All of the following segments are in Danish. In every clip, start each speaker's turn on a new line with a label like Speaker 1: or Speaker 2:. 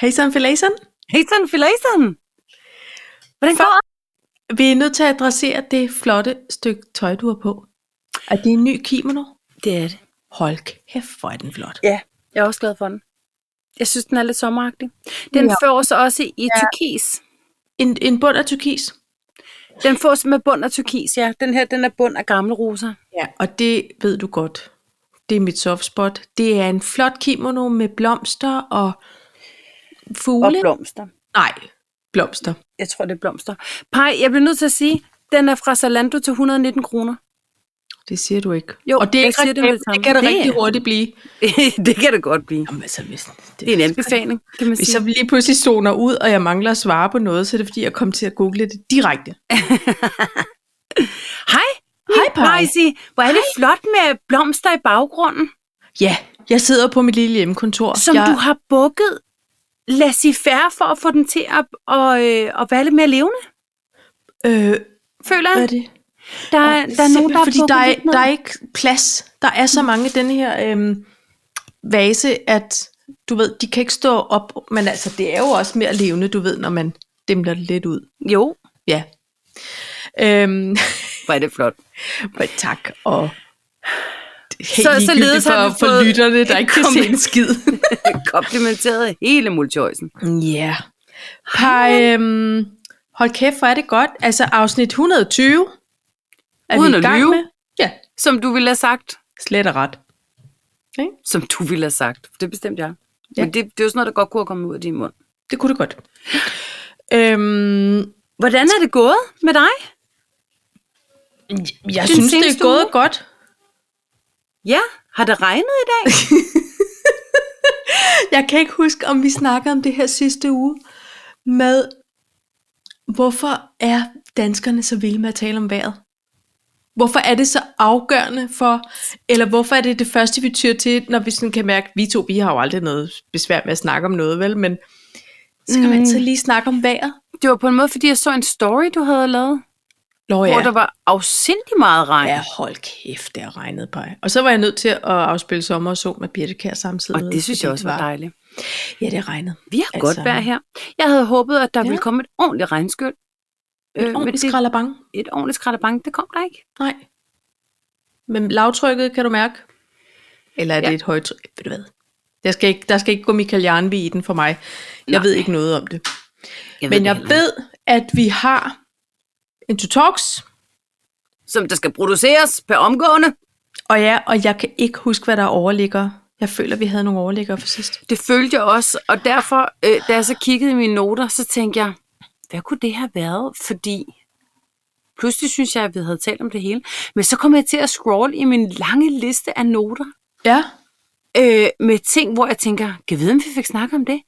Speaker 1: Hejsan filæsen.
Speaker 2: Hejsan filæsen! Hvordan
Speaker 1: For-
Speaker 2: går det?
Speaker 1: Vi er nødt til at adressere det flotte stykke tøj, du har på. Og det er en ny kimono.
Speaker 2: Det er det.
Speaker 1: Hold kæft, hvor er den flot.
Speaker 2: Jeg er også glad for den. Jeg synes, den er lidt sommeragtig. Den ja.
Speaker 1: Ja.
Speaker 2: får så også i ja. turkis.
Speaker 1: En, en bund af turkis.
Speaker 2: Den fås med bund af turkis, ja. Den her, den er bund af gamle roser.
Speaker 1: Ja, og det ved du godt. Det er mit softspot. Det er en flot kimono med blomster og fugle.
Speaker 2: Og blomster.
Speaker 1: Nej, blomster.
Speaker 2: Jeg tror, det er blomster. Pej, jeg bliver nødt til at sige, den er fra Zalando til 119 kroner.
Speaker 1: Det siger du ikke.
Speaker 2: Jo,
Speaker 1: og det er
Speaker 2: jeg
Speaker 1: ikke
Speaker 2: siger det med
Speaker 1: reklame.
Speaker 2: det samme.
Speaker 1: det kan det,
Speaker 2: Det er-
Speaker 1: rigtig hurtigt blive.
Speaker 2: det kan det godt blive.
Speaker 1: Jamen, altså, hvis, det,
Speaker 2: Det er en anbefaling, kan man
Speaker 1: Hvis
Speaker 2: sige.
Speaker 1: jeg lige pludselig zoner ud, og jeg mangler at svare på noget, så er det fordi, jeg kom til at google det direkte.
Speaker 2: Hej,
Speaker 1: Hej, Paj.
Speaker 2: Pejsi. Hvor er det flot med blomster i baggrunden,
Speaker 1: Ja, jeg sidder på mit lille hjemmekontor.
Speaker 2: som
Speaker 1: jeg,
Speaker 2: du har bukket laissez-faire for at få den til at, og, øh, at være lidt mere levende,
Speaker 1: øh,
Speaker 2: føler
Speaker 1: hvad
Speaker 2: jeg.
Speaker 1: er det?
Speaker 2: Der, er- der er nogen, der har
Speaker 1: fordi der
Speaker 2: bukket
Speaker 1: er,
Speaker 2: lidt ned.
Speaker 1: der er ikke plads. Der er så mange af den her øhm, vase, at du ved, de kan ikke stå op. Men altså, det er jo også mere levende, du ved, når man dimler det lidt ud.
Speaker 2: Jo,
Speaker 1: Ja. Øhm,
Speaker 2: hvor er det flot.
Speaker 1: men tak, og helt
Speaker 2: Så-
Speaker 1: så,
Speaker 2: således
Speaker 1: ligegyldigt
Speaker 2: har vi
Speaker 1: for, for
Speaker 2: fået
Speaker 1: lytterne, der
Speaker 2: et
Speaker 1: ikke kan se en
Speaker 2: kompliment.
Speaker 1: skid.
Speaker 2: Komplimenteret hele multøjsen.
Speaker 1: Ja. Par, øhm, hold kæft, hvor er det godt. Altså afsnit 120 er
Speaker 2: Uden
Speaker 1: vi i
Speaker 2: at
Speaker 1: gang
Speaker 2: lyve.
Speaker 1: med. Ja,
Speaker 2: Som du ville have sagt.
Speaker 1: slet og ret.
Speaker 2: Som du ville have sagt. Det bestemte jeg.
Speaker 1: Ja.
Speaker 2: Ja. Men det, det er jo sådan noget, der godt kunne komme ud af din mund.
Speaker 1: Det kunne det godt. Øhm,
Speaker 2: Hvordan er det gået med dig?
Speaker 1: jeg
Speaker 2: Den
Speaker 1: synes, det
Speaker 2: seneste
Speaker 1: er gået
Speaker 2: uge?
Speaker 1: godt.
Speaker 2: Ja, har det regnet i dag?
Speaker 1: Jeg kan ikke huske, om vi snakkede om det her sidste uge med, hvorfor er danskerne så vilde med at tale om vejret? Hvorfor er det så afgørende for, eller hvorfor er det det første, vi tyr til, når vi sådan kan mærke, vi to, vi har jo aldrig noget besvær med at snakke om noget, vel, men skal man
Speaker 2: Mm.
Speaker 1: altid lige snakke om vejret?
Speaker 2: Det var på en måde, fordi jeg så en story, du havde lavet,
Speaker 1: Nå
Speaker 2: ja.
Speaker 1: ja,
Speaker 2: hvor der var afsindig meget regn.
Speaker 1: ja hold kæft, det har regnet på. Og så var jeg nødt til at afspille sommer og sol med Birte Kær samtidig.
Speaker 2: Og
Speaker 1: med,
Speaker 2: det synes
Speaker 1: fordi
Speaker 2: jeg også var dejligt.
Speaker 1: Ja, det regnede.
Speaker 2: Vi har
Speaker 1: Altså-
Speaker 2: altså, godt vejr her. Jeg havde håbet, at der
Speaker 1: Ja.
Speaker 2: ja. ville komme et ordentligt regnskyld. Øh,
Speaker 1: Øh,
Speaker 2: men
Speaker 1: Ordentligt
Speaker 2: det,
Speaker 1: skralderbange.
Speaker 2: et ordentligt skraldebank, det kom der ikke.
Speaker 1: Nej. Men lavtrykket, kan du mærke? Eller er det
Speaker 2: Ja.
Speaker 1: et højtryk? Ved du hvad? Der skal ikke, der skal ikke gå Michael Jarnvi i den for mig. Jeg
Speaker 2: Nej.
Speaker 1: ved ikke noget om det.
Speaker 2: Jeg
Speaker 1: Men jeg ved, at vi har en to talks,
Speaker 2: Som der skal produceres per omgående.
Speaker 1: og ja, og jeg kan ikke huske, hvad der er overligger. Jeg føler, vi havde nogle overligger for sidst.
Speaker 2: Det følte jeg også, og derfor, øh, da jeg så kiggede i mine noter, så tænkte jeg, hvad kunne det have været? Fordi pludselig synes jeg, at vi havde talt om det hele. Men så kom jeg til at scrolle i min lange liste af noter
Speaker 1: Ja.
Speaker 2: øh, med ting, hvor jeg tænker, kan vide, om vi fik snakket om det?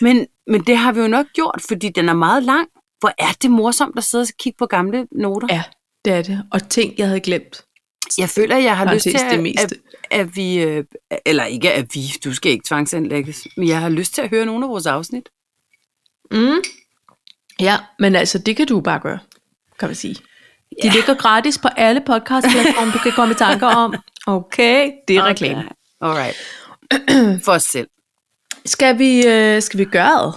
Speaker 2: Men, men det har vi jo nok gjort, fordi den er meget lang. Hvor er det morsomt at sidde og kigge på gamle noter?
Speaker 1: Ja, det er det. Og ting, jeg havde glemt.
Speaker 2: Jeg føler, jeg har lyst til,
Speaker 1: Parentes, det
Speaker 2: at,
Speaker 1: meste.
Speaker 2: at, at vi... øh, Eller ikke, at vi... Du skal ikke tvangsindlægges. Men jeg har lyst til at høre nogle af vores afsnit.
Speaker 1: Mm. Ja, men altså, det kan du bare gøre, kan man sige. De ligger gratis på alle podcastplatforme, du kan komme i tanker om. Okay, det er reklame.
Speaker 2: Alright. For os selv.
Speaker 1: Skal vi, øh, skal vi gøre det?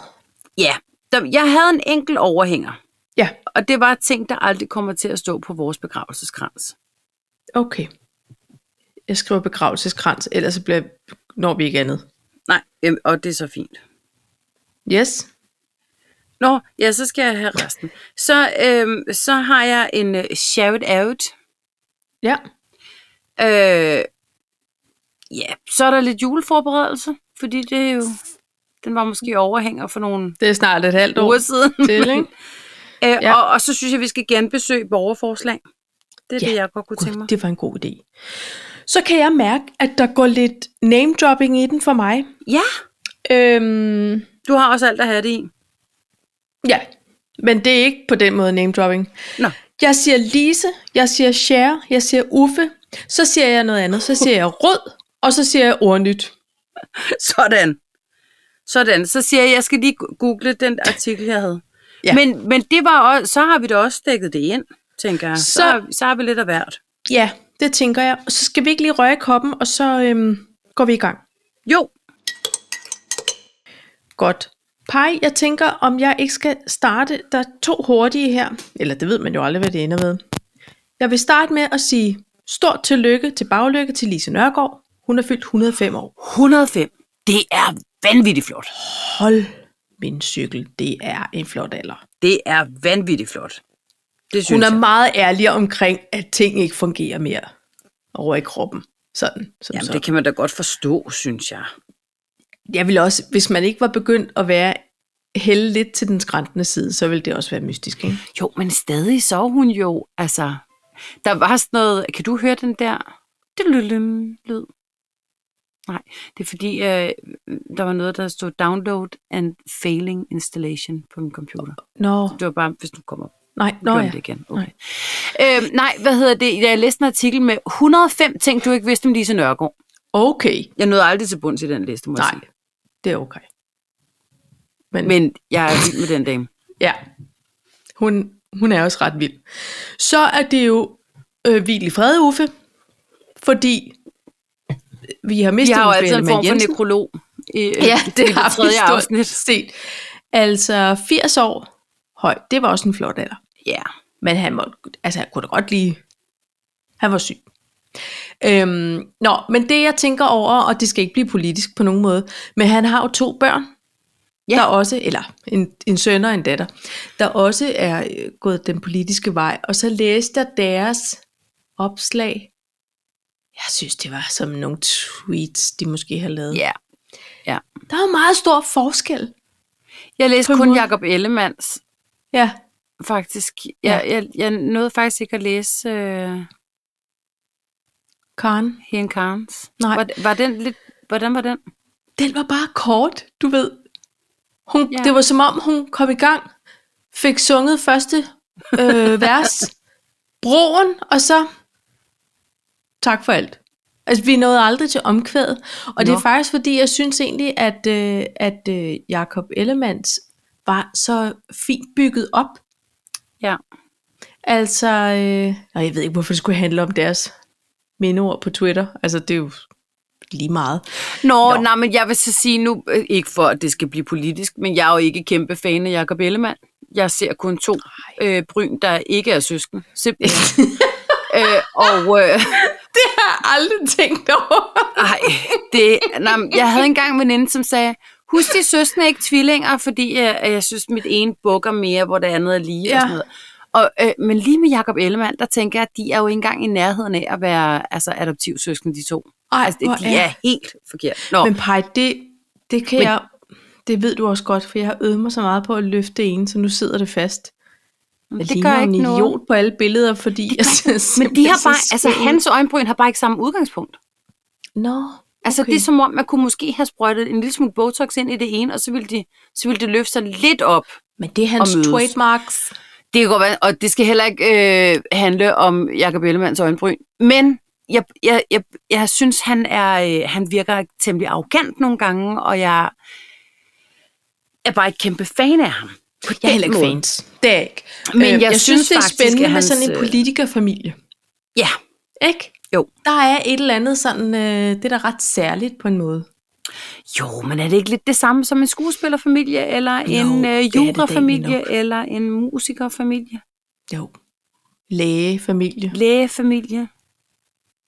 Speaker 2: Ja. Der- Jeg havde en enkelt overhænger.
Speaker 1: Ja.
Speaker 2: Og det var ting, der aldrig kommer til at stå på vores begravelseskrans.
Speaker 1: Okay. Jeg skriver begravelseskrans, ellers så bliver, når vi ikke andet.
Speaker 2: Nej, øhm, og det er så fint.
Speaker 1: Yes.
Speaker 2: Nå, ja, så skal jeg have resten. Så, øhm, så har jeg en øh, shout-out.
Speaker 1: Ja.
Speaker 2: Øh, ja, så er der lidt juleforberedelse, fordi det er jo... Den var måske overhænger for nogle
Speaker 1: Det er snart et halvt år
Speaker 2: uger siden.
Speaker 1: til, ikke?
Speaker 2: Øh,
Speaker 1: Ja.
Speaker 2: ja. og, og så synes jeg, vi skal genbesøge borgerforslag. Det er
Speaker 1: Ja,
Speaker 2: ja. det, jeg godt kunne tænke mig.
Speaker 1: God, det var en god idé. Så kan jeg mærke, at der går lidt name dropping i den for mig.
Speaker 2: Ja,
Speaker 1: Øhm,
Speaker 2: du har også alt at have det i.
Speaker 1: ja, men det er ikke på den måde name dropping.
Speaker 2: Nå.
Speaker 1: Jeg siger Lise, jeg siger Cher, jeg siger Uffe, så siger jeg noget andet, så siger jeg rød, og så siger jeg ordnyt.
Speaker 2: Sådan. Sådan. Så siger jeg, jeg skal lige gu- google den artikel, jeg havde.
Speaker 1: Ja.
Speaker 2: Ja. Men, men det var også, så har vi da også dækket det ind, tænker jeg. Så,
Speaker 1: Så-
Speaker 2: så, så har vi lidt af hvert.
Speaker 1: Ja, det tænker jeg. Så skal vi ikke lige røre i koppen, og så øhm, går vi i gang.
Speaker 2: Jo,
Speaker 1: Godt. Pej, jeg tænker, om jeg ikke skal starte, der er to hurtige her. Eller det ved man jo aldrig, hvad det ender med. Jeg vil starte med at sige stort tillykke til baglykke til Lise Nørgaard. Hun er fyldt 105 år.
Speaker 2: 105. Det er vanvittigt flot.
Speaker 1: Hold min cykel, det er en flot alder.
Speaker 2: Det er vanvittigt flot. Det synes
Speaker 1: Hun er
Speaker 2: jeg.
Speaker 1: meget ærlig omkring, at ting ikke fungerer mere over i kroppen. Sådan, som
Speaker 2: Jamen,
Speaker 1: sådan.
Speaker 2: det kan man da godt forstå, synes jeg.
Speaker 1: Jeg vil også, hvis man ikke var begyndt at være hælde lidt til den skræntende side, så ville det også være mystisk, ikke?
Speaker 2: Jo, men stadig så hun jo, altså... Der var sådan noget... Kan du høre den der... Dululum, lyd. Nej, det er fordi, øh, der var noget, der stod download and failing installation på min computer.
Speaker 1: Nå,
Speaker 2: Det var bare, hvis du kommer op.
Speaker 1: nej,
Speaker 2: Nå,
Speaker 1: nå ja.
Speaker 2: det igen. Okay. Nej. Øhm, nej, hvad hedder det? Jeg læste en artikel med 105 ting, du ikke vidste om Lise Nørgaard.
Speaker 1: Okay,
Speaker 2: Jeg nåede aldrig til bunds i den liste, må
Speaker 1: nej,
Speaker 2: jeg sige.
Speaker 1: det er okay. Men, Men
Speaker 2: Men jeg er vild med den dame.
Speaker 1: ja, hun, hun er også ret vild. Så er det jo øh, hvil i fred, Uffe, fordi vi har
Speaker 2: Vi
Speaker 1: mistet
Speaker 2: har jo
Speaker 1: Uffe
Speaker 2: altid en
Speaker 1: Ellemann
Speaker 2: form for
Speaker 1: Jensen.
Speaker 2: nekrolog i, øh,
Speaker 1: Ja,
Speaker 2: i
Speaker 1: Øh, det, det har
Speaker 2: tredje
Speaker 1: vi stort
Speaker 2: afsnit.
Speaker 1: set. Altså 80 år høj, det var også en flot alder.
Speaker 2: Ja.
Speaker 1: Men han, må, altså, han kunne da godt lige... Han var syg. Øhm, nå, men det jeg tænker over, og det skal ikke blive politisk på nogen måde, men han har jo to børn,
Speaker 2: Ja.
Speaker 1: ja. der også, eller en, en søn og en datter, der også er øh, gået den politiske vej, og så læste jeg deres opslag. Jeg synes, det var som nogle tweets, de måske har lavet.
Speaker 2: ja.
Speaker 1: Der er jo meget stor forskel.
Speaker 2: Jeg læste
Speaker 1: På en
Speaker 2: kun
Speaker 1: måde.
Speaker 2: Jakob Ellemands,
Speaker 1: Ja,
Speaker 2: faktisk. Jeg, jeg, jeg nåede faktisk ikke at læse øh,
Speaker 1: Karen.
Speaker 2: Hien Karns.
Speaker 1: Nej.
Speaker 2: Var, var den lidt... Hvordan var den?
Speaker 1: den var bare kort, du ved. Hun,
Speaker 2: Ja.
Speaker 1: ja. Det var som om, hun kom i gang, fik sunget første øh, vers, broen, og så tak for alt. Altså, vi nåede aldrig til omkvædet, og Nå. det
Speaker 2: Nå.
Speaker 1: er faktisk fordi, jeg synes egentlig, at, øh, at øh, Jakob Ellemands var så fint bygget op.
Speaker 2: Ja.
Speaker 1: Altså, øh, og jeg ved ikke, hvorfor det skulle handle om deres mindeord på Twitter. Altså, det er jo lige meget.
Speaker 2: Nå, Nå,
Speaker 1: Nå.
Speaker 2: nej, men jeg vil så sige nu, øh, ikke for at det skal blive politisk, men jeg er jo ikke kæmpe fan af Jacob Ellemann. Jeg ser kun to øh, bryn, der ikke er søsken. Simpelthen. øh, og øh,
Speaker 1: Det har jeg aldrig tænkt over.
Speaker 2: ej, det, nej, men jeg havde engang en veninde, som sagde, husk de søsken er ikke tvillinger, fordi jeg, jeg synes, mit ene bukker mere, hvor det andet er lige. Ja.
Speaker 1: Ja.
Speaker 2: Og sådan noget. Og, øh, men lige med Jacob Ellemann, der tænker jeg, at de er jo ikke engang i nærheden af at være altså, adoptivsøsken, de to.
Speaker 1: Ej,
Speaker 2: altså, det,
Speaker 1: hvor
Speaker 2: de
Speaker 1: er-
Speaker 2: er helt forkert. Nå,
Speaker 1: Men Paj, det, det kan
Speaker 2: Men-
Speaker 1: men, jeg... Det ved du også godt, for jeg har øvet mig så meget på at løfte en, så nu sidder det fast. Jeg
Speaker 2: det
Speaker 1: ligner
Speaker 2: gør
Speaker 1: en
Speaker 2: ikke
Speaker 1: idiot
Speaker 2: noget.
Speaker 1: på alle billeder, fordi jeg synes,
Speaker 2: Men de har bare, altså hans øjenbryn har bare ikke samme udgangspunkt.
Speaker 1: Nå,
Speaker 2: Altså okay.
Speaker 1: Okay.
Speaker 2: det er som om, man kunne måske have sprøjtet en lille smule Botox ind i det ene, og så ville, de, så ville det løfte sig lidt op.
Speaker 1: men det er hans
Speaker 2: Og mødes.
Speaker 1: trademarks.
Speaker 2: Det kan godt være, og det skal heller ikke øh, handle om Jacob Ellemanns øjenbryn. Men jeg, jeg, jeg, jeg synes, han, er, øh, han virker temmelig arrogant nogle gange, og jeg er bare ikke kæmpe fan af ham. På
Speaker 1: Jeg
Speaker 2: den
Speaker 1: er heller ikke
Speaker 2: måde.
Speaker 1: fans. Det er jeg ikke.
Speaker 2: Men
Speaker 1: Øh,
Speaker 2: jeg synes
Speaker 1: det er
Speaker 2: faktisk, at
Speaker 1: spændende
Speaker 2: hans,
Speaker 1: med sådan en
Speaker 2: øh,
Speaker 1: politikerfamilie.
Speaker 2: Ja,
Speaker 1: Ikke?
Speaker 2: Jo.
Speaker 1: Der er et eller andet sådan, øh, det er da ret særligt på en måde.
Speaker 2: Jo, men er det ikke lidt det samme som en skuespillerfamilie, eller jo, en
Speaker 1: det er
Speaker 2: øh,
Speaker 1: det da egentlig
Speaker 2: jurafamilie, eller en musikerfamilie,
Speaker 1: Jo. Lægefamilie.
Speaker 2: lægefamilie?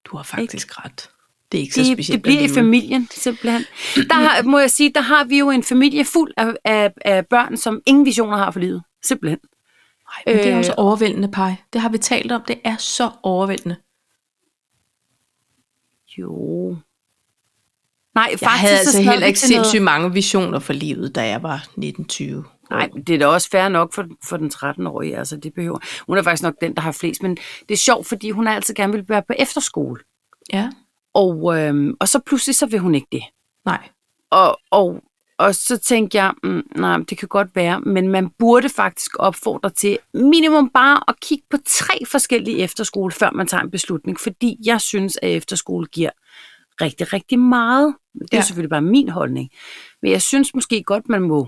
Speaker 1: Du har faktisk ret. Det er ikke så
Speaker 2: Det,
Speaker 1: specielt.
Speaker 2: det bliver i
Speaker 1: alligevel.
Speaker 2: familien, simpelthen. Der har, må jeg sige, der har vi jo en familie fuld af, af, af børn, som ingen visioner har for livet, simpelthen.
Speaker 1: Ej, men det er også
Speaker 2: Øh,
Speaker 1: overvældende, Paj. Det har vi talt om. Det er så overvældende.
Speaker 2: Jo. Nej,
Speaker 1: Jeg
Speaker 2: faktisk
Speaker 1: havde
Speaker 2: så
Speaker 1: altså
Speaker 2: snakkede
Speaker 1: heller
Speaker 2: vi
Speaker 1: ikke
Speaker 2: til noget-
Speaker 1: sindssygt mange visioner for livet, da jeg var 1920.
Speaker 2: Nej, men det er da også fair nok for, for den 13-årige, altså det behøver. Hun er faktisk nok den, der har flest, men det er sjovt, fordi hun har altid gerne vil være på efterskole.
Speaker 1: Ja,
Speaker 2: Og, øhm, og så pludselig så vil hun ikke det.
Speaker 1: nej.
Speaker 2: Og, og, og så tænkte jeg, mm, nej, det kan godt være, men man burde faktisk opfordre til minimum bare at kigge på tre forskellige efterskole, før man tager en beslutning, fordi jeg synes, at efterskole giver rigtig, rigtig meget. Men Det er ja.
Speaker 1: Ja.
Speaker 2: selvfølgelig bare min holdning. Men jeg synes måske godt, man må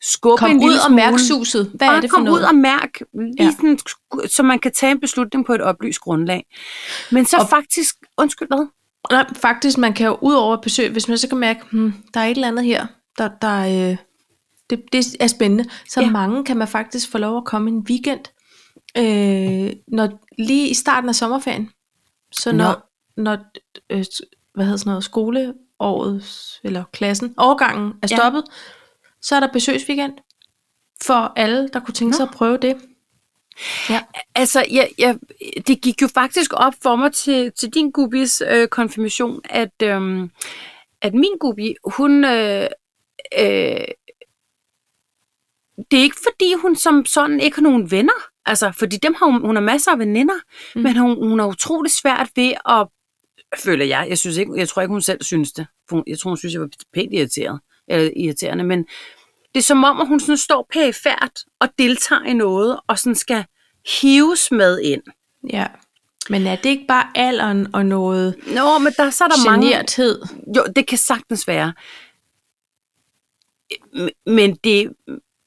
Speaker 2: skubbe
Speaker 1: Kom
Speaker 2: en lille
Speaker 1: ud og
Speaker 2: smule.
Speaker 1: mærk suset. Hvad
Speaker 2: Bare
Speaker 1: er det for
Speaker 2: kom
Speaker 1: noget?
Speaker 2: ud og mærk, lige
Speaker 1: Ja.
Speaker 2: sådan, sku- så man kan tage en beslutning på et oplyst grundlag. Men så og...
Speaker 1: Og-
Speaker 2: faktisk, undskyld hvad?
Speaker 1: Nej, faktisk, man kan jo ud over besøg, hvis man så kan mærke, hmm, der er et eller andet her, der, der, øh, Det, det er spændende. Så
Speaker 2: Ja.
Speaker 1: ja. mange kan man faktisk få lov at komme en weekend, øh, når, lige i starten af sommerferien. Så
Speaker 2: Nå.
Speaker 1: når, når øh, hvad hedder sådan noget, skoleåret, eller klassen, årgangen er
Speaker 2: Ja.
Speaker 1: stoppet, så er der besøgsweekend for alle, der kunne tænke
Speaker 2: Nå.
Speaker 1: sig at prøve det. Ja.
Speaker 2: Altså, jeg, jeg, det gik jo faktisk op for mig til, til din gubis øh, konfirmation, at, øhm, at min gubi, hun... Øh, øh, det er ikke fordi, hun som sådan ikke har nogen venner. Altså, fordi dem har hun, hun har masser af veninder, mm.
Speaker 1: Mm.
Speaker 2: men hun, hun har utrolig svært ved at... Føler jeg. Jeg, synes ikke, jeg tror ikke, hun selv synes det. For hun- Jeg tror, hun synes, jeg var pænt irriteret, eller irriterende. Men det er som om, at hun sådan står pæfærd og deltager i noget, og sådan skal hives med ind.
Speaker 1: ja. Men er det ikke bare alderen og noget
Speaker 2: Nå, men der, så er der mange...
Speaker 1: generthed?
Speaker 2: Jo, det kan sagtens være. M- Men det,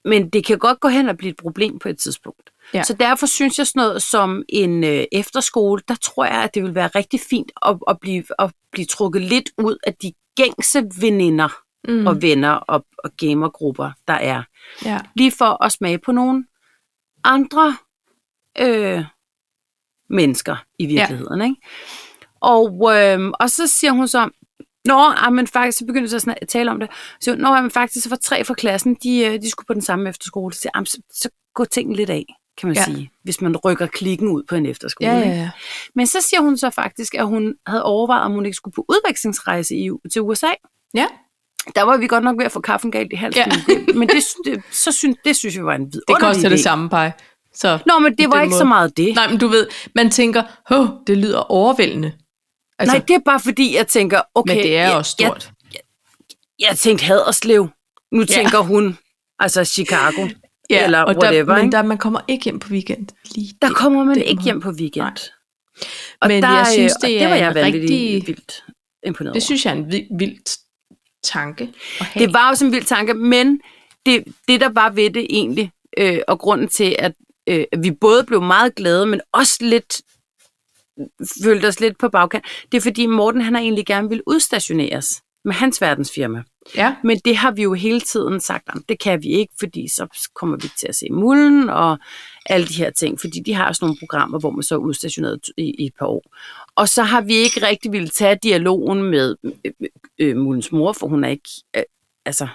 Speaker 2: men det kan godt gå hen og blive et problem på et tidspunkt.
Speaker 1: Ja.
Speaker 2: Så derfor synes jeg sådan noget som en øh, efterskole, der tror jeg, at det vil være rigtig fint at, at, blive, at blive trukket lidt ud af de gængse veninder mm. og venner og, og gamergrupper, der er.
Speaker 1: Ja.
Speaker 2: Lige for at smage på nogle andre øh, mennesker i virkeligheden. Ja. Ikke? Og, øh, og så siger hun så, Nå, ah, men faktisk, så begyndte jeg så at tale om det. Så siger hun, Nå, ah, men faktisk, så var tre fra klassen, de, øh, de skulle på den samme efterskole. Så, siger jeg, "Ah, men så, så går tingene lidt af, kan man ja.
Speaker 1: Ja.
Speaker 2: sige, hvis man rykker klikken ud på en efterskole.
Speaker 1: Ja,
Speaker 2: ikke?
Speaker 1: ja, ja.
Speaker 2: Men så siger hun så faktisk, at hun havde overvejet, om hun ikke skulle på udvekslingsrejse i, til USA.
Speaker 1: Ja,
Speaker 2: Der var vi godt nok ved at få kaffen galt i halsen. Ja.
Speaker 1: Ja.
Speaker 2: men det, det, så synes, det synes jeg var en vidunderlig
Speaker 1: det koster det
Speaker 2: idé.
Speaker 1: samme pej. Så,
Speaker 2: Nå, men det var
Speaker 1: den
Speaker 2: ikke
Speaker 1: måde.
Speaker 2: så meget det.
Speaker 1: nej, men du ved, man tænker, åh, det lyder overvældende.
Speaker 2: Altså,
Speaker 1: Altså,
Speaker 2: Nej, det er bare fordi, jeg tænker, okay,
Speaker 1: men det er
Speaker 2: jeg,
Speaker 1: også stort.
Speaker 2: Jeg, jeg tænkte Haderslev. Nu ja.
Speaker 1: Ja.
Speaker 2: tænker hun, altså Chicago, ja, eller
Speaker 1: og
Speaker 2: whatever.
Speaker 1: der,
Speaker 2: ikke?
Speaker 1: men der, man kommer ikke hjem på weekend. Lige
Speaker 2: der kommer man
Speaker 1: den
Speaker 2: ikke
Speaker 1: måde.
Speaker 2: hjem på weekend.
Speaker 1: Nej.
Speaker 2: Og
Speaker 1: Men
Speaker 2: der,
Speaker 1: jeg
Speaker 2: øh,
Speaker 1: synes,
Speaker 2: og
Speaker 1: det
Speaker 2: det
Speaker 1: er
Speaker 2: var jeg
Speaker 1: en
Speaker 2: vanvittigt
Speaker 1: rigtig-
Speaker 2: vildt imponeret
Speaker 1: Det
Speaker 2: over.
Speaker 1: synes jeg er en vild, vild tanke at have.
Speaker 2: Det var jo sådan en vild tanke, men det, det der var ved det egentlig, øh, og grunden til, at øh, at vi både blev meget glade, men også lidt følte os lidt på bagkant, det er fordi Morten, han har egentlig gerne ville udstationeres med hans verdensfirma.
Speaker 1: ja.
Speaker 2: Men det har vi jo hele tiden sagt, om det kan vi ikke, fordi så kommer vi til at se mulden og alle de her ting, fordi de har sådan nogle programmer, hvor man så er udstationeret i, i et par år. Og så har vi ikke rigtig ville tage dialogen med øh, øh, muldens mor, for hun er ikke, øh, altså,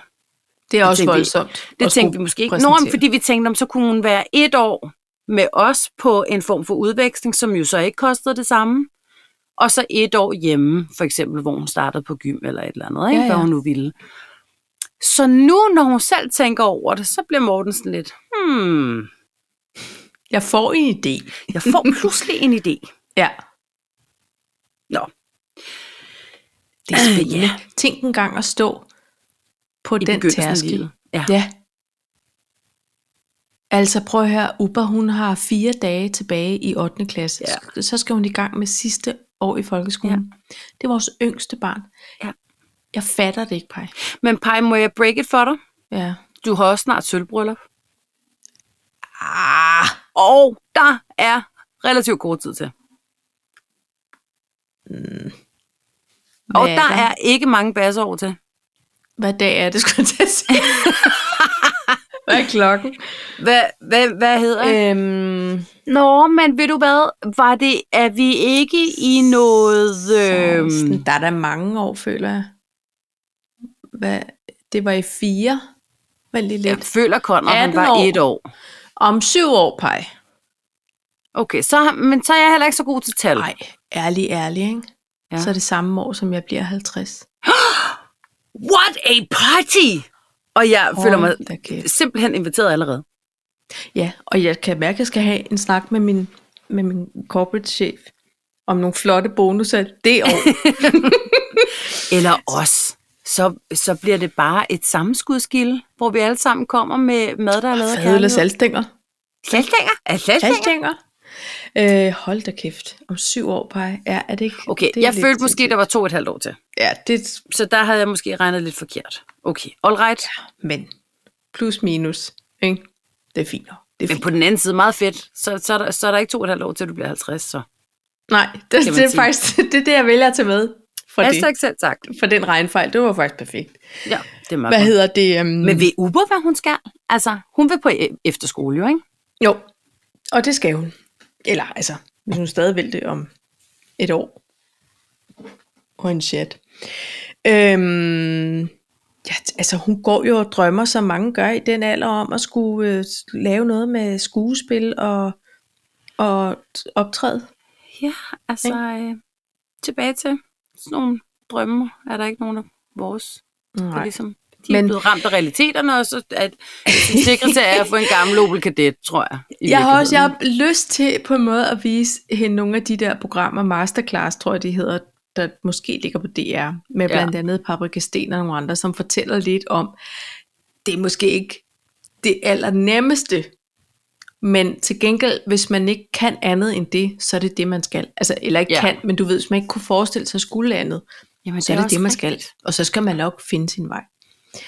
Speaker 1: det er også
Speaker 2: tænkte vi-
Speaker 1: voldsomt.
Speaker 2: det
Speaker 1: at
Speaker 2: tænkte
Speaker 1: skulle
Speaker 2: vi måske ikke. Nå,
Speaker 1: præsentere.
Speaker 2: men fordi vi tænkte, om så kunne hun være et år med os på en form for udveksling, som jo så ikke kostede det samme. Og så et år hjemme, for eksempel, hvor hun startede på gym eller et eller andet, ikke? Ja,
Speaker 1: Ja,
Speaker 2: ja.
Speaker 1: ja.
Speaker 2: hvad hun nu ville. Så nu, når hun selv tænker over det, så bliver Mortensen lidt, hmm,
Speaker 1: Jeg får en idé.
Speaker 2: jeg får pludselig en idé.
Speaker 1: Ja.
Speaker 2: Nå. Det er spændende.
Speaker 1: Ja. Tænk en gang at stå på
Speaker 2: I
Speaker 1: den
Speaker 2: begyndelsen af
Speaker 1: tærskel.
Speaker 2: livet. Ja.
Speaker 1: Ja. Altså prøv at høre, Uber hun har fire dage tilbage i 8. klasse.
Speaker 2: Ja.
Speaker 1: Ja. Så skal hun i gang med sidste år i folkeskolen. Ja. Det er vores yngste barn.
Speaker 2: Ja.
Speaker 1: Jeg fatter det ikke, Paj.
Speaker 2: Men Paj, må jeg break it for dig?
Speaker 1: Ja.
Speaker 2: Du har også snart sølvbryllup.
Speaker 1: Ah,
Speaker 2: Og der er relativt kort tid til. Og
Speaker 1: hvad
Speaker 2: der er ikke mange basser over til.
Speaker 1: Hvad dag er det, skulle jeg til at sige? hvad er klokken?
Speaker 2: Hvad, hvad, hvad hedder det? Øh.
Speaker 1: Øhm,
Speaker 2: Nå, men ved du hvad? Var det, er vi ikke i noget... Øh,
Speaker 1: øhm. Der er da mange år, føler jeg. Hvad? Det var i fire. Vent lige
Speaker 2: jeg
Speaker 1: lidt.
Speaker 2: føler Conrad, han
Speaker 1: 18
Speaker 2: var
Speaker 1: år.
Speaker 2: et år.
Speaker 1: Om syv år, Paj.
Speaker 2: Okay, så, har- men så er jeg heller ikke så god til tal.
Speaker 1: Nej, ærlig, ærlig, ikke?
Speaker 2: Ja.
Speaker 1: Ja. Så er det samme år, som jeg bliver 50.
Speaker 2: What a party! Og jeg føler mig
Speaker 1: Hold da kæft.
Speaker 2: simpelthen inviteret allerede.
Speaker 1: Ja, og jeg kan mærke, at jeg skal have en snak med min, med min corporate chef om nogle flotte bonusser det år.
Speaker 2: Eller os. Så, så bliver det bare et sammenskudskilde, hvor vi alle sammen kommer med mad, der er lavet af
Speaker 1: Fadøl og
Speaker 2: kærlighed.
Speaker 1: saltstænger.
Speaker 2: Saltstænger? Er saltstænger?
Speaker 1: Saltstænger. Øh, hold da kæft. Om syv år, Paj. Ja, er det ikke?
Speaker 2: Okay,
Speaker 1: det er
Speaker 2: jeg
Speaker 1: lidt
Speaker 2: følte måske,
Speaker 1: sindssygt.
Speaker 2: der var to og et halvt år til.
Speaker 1: Ja, det
Speaker 2: Så der havde jeg måske regnet lidt forkert. Okay, all right.
Speaker 1: men plus minus, ikke? Det er fint. nok. Det er
Speaker 2: Men
Speaker 1: fint.
Speaker 2: på den anden side, meget fedt. Så, så, er, der, så er der ikke to og et halvt år til, du bliver 50, så.
Speaker 1: Nej, det,
Speaker 2: man
Speaker 1: det er
Speaker 2: sige.
Speaker 1: faktisk det, er det, jeg vælger at tage med. for, det,
Speaker 2: Hashtag selv tak.
Speaker 1: for den regnfejl. Det var faktisk perfekt.
Speaker 2: Ja, det er meget
Speaker 1: Hvad
Speaker 2: godt.
Speaker 1: hedder det? Um...
Speaker 2: Men ved Uber, hvad hun skal? Altså, hun vil på e- efterskole jo, ikke?
Speaker 1: Jo, og det skal hun. Eller altså, hvis hun stadig vil det om et år. Og en chat. Øhm, ja, t- altså hun går jo og drømmer, som mange gør i den alder, om at skulle øh, s- lave noget med skuespil og, og t- optræde.
Speaker 2: Ja, altså, øh, tilbage til sådan nogle drømme, er der ikke nogen af vores, der
Speaker 1: Nej.
Speaker 2: ligesom... De er
Speaker 1: Men-
Speaker 2: blevet ramt af realiteterne, og så at sin sekretær er at få en gammel Opel Kadett, tror jeg. i
Speaker 1: Jeg har også jeg
Speaker 2: virkeligheden.
Speaker 1: har lyst til på en måde at vise hende nogle af de der programmer, Masterclass tror jeg de hedder, der måske ligger på DR, med
Speaker 2: Ja.
Speaker 1: blandt andet Paprika Sten og nogle andre, som fortæller lidt om, det er måske ikke det allernemmeste, men til gengæld, hvis man ikke kan andet end det, så er det det, man skal. Altså, eller ikke
Speaker 2: Ja.
Speaker 1: ja. kan, men du ved, hvis man ikke kunne forestille sig at skulle andet,
Speaker 2: Jamen,
Speaker 1: så er det
Speaker 2: også
Speaker 1: det, man skal.
Speaker 2: rigtigt.
Speaker 1: Og så skal man nok finde sin vej.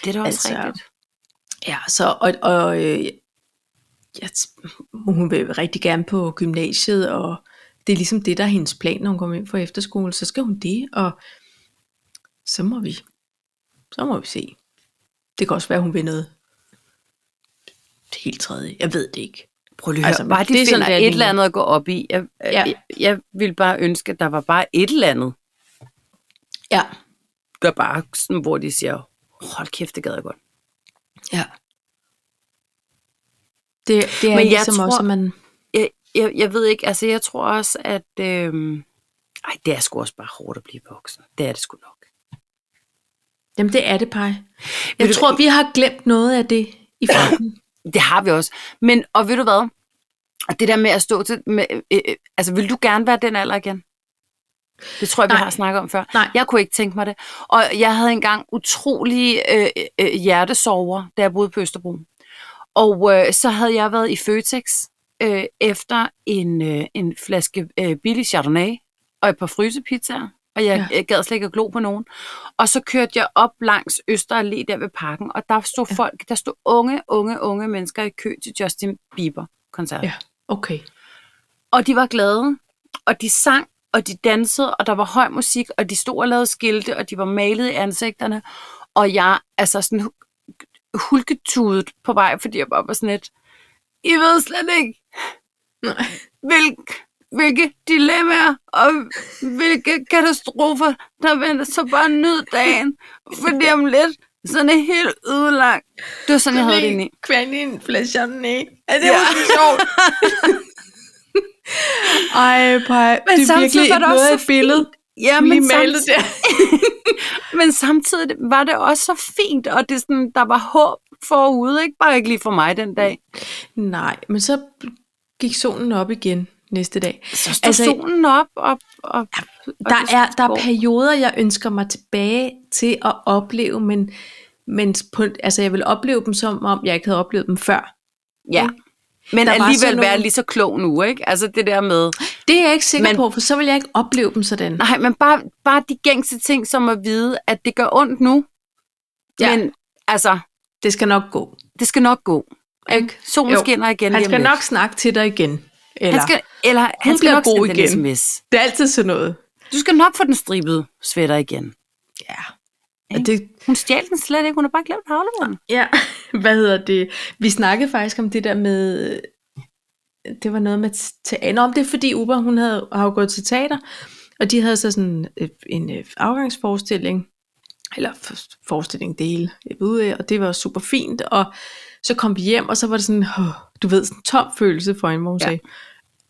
Speaker 2: Det er da også
Speaker 1: Altså,
Speaker 2: rigtigt.
Speaker 1: Ja, så og, og øh, jeg, hun vil rigtig gerne på gymnasiet, og det er ligesom det, der er hendes plan, når hun kommer ind fra efterskole. Så skal hun det, og så må vi, så må vi se. Det kan også være, hun vil noget helt tredje. Jeg ved det ikke.
Speaker 2: Prøv lige at
Speaker 1: Altså,
Speaker 2: altså, bare de
Speaker 1: det er
Speaker 2: det
Speaker 1: sådan,
Speaker 2: finder
Speaker 1: det er
Speaker 2: sådan,
Speaker 1: lige
Speaker 2: et eller
Speaker 1: nu.
Speaker 2: andet at gå op i. Jeg, ja.
Speaker 1: Ja.
Speaker 2: jeg, jeg ville bare ønske, at der var bare et eller andet,
Speaker 1: Ja,
Speaker 2: der bare sådan, hvor de siger, hold kæft, det gad jeg godt.
Speaker 1: ja. Det, det er
Speaker 2: Men jeg
Speaker 1: ligesom
Speaker 2: tror-
Speaker 1: også, at man...
Speaker 2: Jeg, jeg, jeg ved ikke, altså jeg tror også, at... Øhm, ej, det er sgu også bare hårdt at blive voksen. Det er det sgu nok.
Speaker 1: Jamen, det er det, Paj.
Speaker 2: Ved
Speaker 1: Jeg
Speaker 2: du-
Speaker 1: tror, vi har glemt noget af det i farten.
Speaker 2: Det har vi også. Men, og ved du hvad? Og Det der med at stå til... Med, øh, øh, altså, vil du gerne være den alder igen? Det tror jeg, vi
Speaker 1: Nej.
Speaker 2: har snakket om før.
Speaker 1: Nej.
Speaker 2: Jeg kunne ikke tænke mig det. Og jeg havde engang utrolig øh, øh, hjertesover, da jeg boede på Østerbro. Og øh, så havde jeg været i Føtex øh, efter en, øh, en flaske øh, billig Chardonnay og et par frysepizzaer. Og jeg ja. gad slet ikke at glo på nogen. Og så kørte jeg op langs Øster Allé der ved parken, og der stod ja. folk, der stod unge, unge, unge mennesker i kø til Justin Bieber-koncert.
Speaker 1: Ja, okay.
Speaker 2: Og de var glade, og de sang, og de dansede, og der var høj musik, og de stod og lavede skilte, og de var malet i ansigterne. Og jeg, altså sådan hu- hulketudet på vej, fordi jeg bare var sådan lidt, I ved slet ikke,
Speaker 1: Nej.
Speaker 2: hvilk, hvilke dilemmaer og hvilke katastrofer, der venter. Så bare nyd dagen, fordi om lidt, sådan er helt ødelagt. Det var sådan, jeg havde det inde i.
Speaker 1: Kvand i en flaske Chardonnay. Er det
Speaker 2: Ja.
Speaker 1: ja. måske sjovt? Ej, pej.
Speaker 2: Men
Speaker 1: det er
Speaker 2: samtidig
Speaker 1: virkelig
Speaker 2: var det
Speaker 1: noget
Speaker 2: også
Speaker 1: af
Speaker 2: så
Speaker 1: et billede,
Speaker 2: Ja,
Speaker 1: du lige malet der.
Speaker 2: Men samtidig var det også så fint, og det er sådan, der var håb forude, ikke bare ikke lige for mig den dag.
Speaker 1: Nej, men så gik solen op igen næste dag.
Speaker 2: Så stod altså, solen op, og, og, og
Speaker 1: der,
Speaker 2: det
Speaker 1: er, der er
Speaker 2: går.
Speaker 1: perioder, jeg ønsker mig tilbage til at opleve, men, men på, altså, jeg vil opleve dem som om, jeg ikke havde oplevet dem før.
Speaker 2: ja. Men
Speaker 1: Der var
Speaker 2: alligevel
Speaker 1: sådan
Speaker 2: være
Speaker 1: nogle-
Speaker 2: lige så klog nu, ikke? Altså det der med,
Speaker 1: Det er jeg ikke sikker men,
Speaker 2: Men-
Speaker 1: på, for så vil jeg ikke opleve dem sådan.
Speaker 2: nej, men bare, bare de gængse ting, som at vide, at det gør ondt nu, ja.
Speaker 1: Ja.
Speaker 2: men altså,
Speaker 1: Det skal nok gå.
Speaker 2: det skal nok gå.
Speaker 1: Ikke?
Speaker 2: Solen
Speaker 1: Jo.
Speaker 2: skinner igen
Speaker 1: Han
Speaker 2: lige om
Speaker 1: skal
Speaker 2: lidt.
Speaker 1: nok snakke til dig igen. Eller,
Speaker 2: han skal, eller han
Speaker 1: Hun
Speaker 2: skal
Speaker 1: bliver
Speaker 2: nok
Speaker 1: god
Speaker 2: sende
Speaker 1: igen.
Speaker 2: den sms.
Speaker 1: Det er altid sådan noget.
Speaker 2: Du skal nok få den stribede sweater igen.
Speaker 1: Ja.
Speaker 2: Ikke?
Speaker 1: Og det,
Speaker 2: Hun stjal den slet ikke, hun har bare glemt at aflevere den.
Speaker 1: ja, hvad hedder det? Vi snakkede faktisk om det der med, øh, det var noget med t- teater. Nå, om det er fordi Uber, hun havde, har jo gået til teater, og de havde så sådan øh, en øh, afgangsforestilling, eller f- forestilling del, jeg ved, af, og det var super fint, og så kom vi hjem, og så var det sådan, oh, du ved, sådan en tom følelse for hende, hvor hun
Speaker 2: Ja.
Speaker 1: ja. sagde,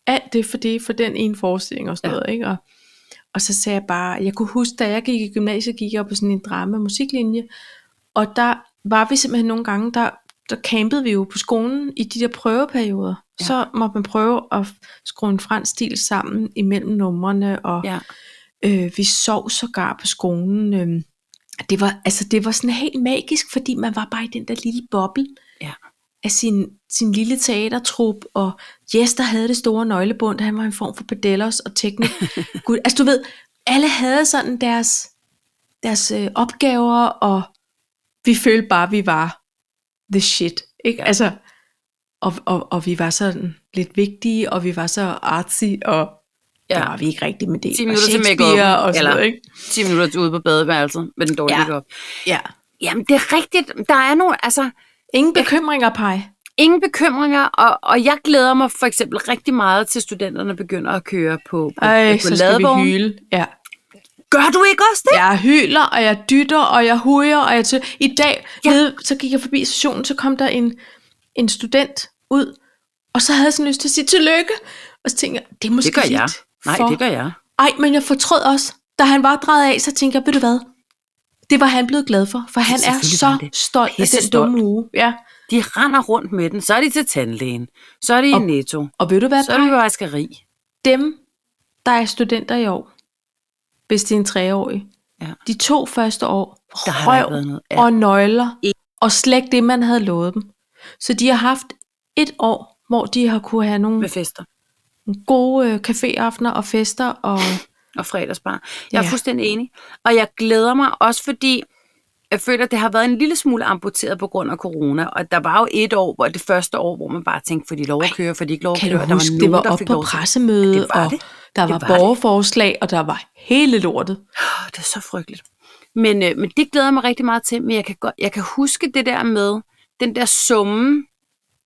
Speaker 1: alt det for det, for den ene forestilling og sådan
Speaker 2: Ja.
Speaker 1: ja. noget, ikke? Og, og så sagde jeg bare, jeg kunne huske, da jeg gik i gymnasiet, gik jeg op på sådan en drama- og musiklinje, og der var vi simpelthen nogle gange, der, der campede vi jo på skolen i de der prøveperioder. Ja.
Speaker 2: Ja.
Speaker 1: Så måtte man prøve at f- skrue en fransk stil sammen imellem numrene, og
Speaker 2: Ja.
Speaker 1: øh, vi sov sågar på skolen. Øh, det, var, altså, det var sådan helt magisk, fordi man var bare i den der lille boble
Speaker 2: Ja.
Speaker 1: af sin, sin lille teatertrup, og Jes, der havde det store nøglebund, han var en form for pedellos og teknik. Gud, altså du ved, alle havde sådan deres, deres øh, opgaver, og vi følte bare, vi var the shit. Ikke?
Speaker 2: Ja.
Speaker 1: Ja. Altså, og, og, og vi var sådan lidt vigtige, og vi var så artsy, og Ja.
Speaker 2: Ja.
Speaker 1: Det var vi ikke rigtigt med det.
Speaker 2: 10
Speaker 1: og
Speaker 2: minutter til
Speaker 1: Shakespeare
Speaker 2: make-up'en,
Speaker 1: og sådan
Speaker 2: eller-
Speaker 1: noget, ikke?
Speaker 2: 10 minutter ude på badeværelset med den dårlige
Speaker 1: Ja.
Speaker 2: ja. op.
Speaker 1: Ja.
Speaker 2: Jamen, det er rigtigt. Der er nogle, altså,
Speaker 1: Ingen bekymringer, Paj.
Speaker 2: ingen bekymringer, og, og jeg glæder mig for eksempel rigtig meget til studenterne begynder at køre på, på,
Speaker 1: Ej,
Speaker 2: på
Speaker 1: så skal vi
Speaker 2: ladevogn.
Speaker 1: hyle. Ja.
Speaker 2: Gør du ikke også det?
Speaker 1: Jeg hyler, og jeg dytter, og jeg hujer, og jeg tø- I dag, ja. nede, så gik jeg forbi stationen, så kom der en, en student ud, og så havde jeg sådan lyst til at sige tillykke. Og så tænkte jeg, det er måske
Speaker 2: Det gør
Speaker 1: lidt
Speaker 2: jeg. Nej,
Speaker 1: for...
Speaker 2: det gør jeg.
Speaker 1: Ej, men jeg fortrød også. Da han var drejet af, så tænkte jeg, ved du hvad? Det var han blevet glad for, for han er
Speaker 2: selvfølgelig var
Speaker 1: så
Speaker 2: han det.
Speaker 1: stolt af den
Speaker 2: Pissestolt.
Speaker 1: dumme uge. Ja.
Speaker 2: De render rundt med den. Så er de til tandlægen. Så er de i
Speaker 1: Og-
Speaker 2: Netto.
Speaker 1: Og ved du hvad,
Speaker 2: Så er de på vaskeri.
Speaker 1: dem, der er studenter i år, hvis det er en treårig,
Speaker 2: Ja.
Speaker 1: de to første år,
Speaker 2: Der har der
Speaker 1: røv
Speaker 2: ikke været noget. Ja.
Speaker 1: og nøgler,
Speaker 2: Ikke.
Speaker 1: og slet ikke det, man havde lovet dem. Så de har haft et år, hvor de har kunne have
Speaker 2: Med
Speaker 1: nogle
Speaker 2: fester
Speaker 1: gode øh, caféaftener og fester, og
Speaker 2: og fredagsbar. Jeg er
Speaker 1: Ja.
Speaker 2: fuldstændig enig. Og jeg glæder mig også, fordi jeg føler, at det har været en lille smule amputeret på grund af corona. Og der var jo et år, hvor det første år, hvor man bare tænkte, får de lov at køre, får de ikke lov at
Speaker 1: kan
Speaker 2: køre.
Speaker 1: du
Speaker 2: Der
Speaker 1: huske,
Speaker 2: nogen,
Speaker 1: det var
Speaker 2: der
Speaker 1: op
Speaker 2: fik
Speaker 1: på
Speaker 2: lov til-
Speaker 1: pressemøde,
Speaker 2: det var
Speaker 1: og
Speaker 2: det.
Speaker 1: der
Speaker 2: Det
Speaker 1: var,
Speaker 2: var det.
Speaker 1: borgerforslag, og der var hele lortet.
Speaker 2: Åh, det er så frygteligt. Men, øh, men det glæder jeg mig rigtig meget til. Men jeg kan, godt, jeg kan huske det der med den der summe.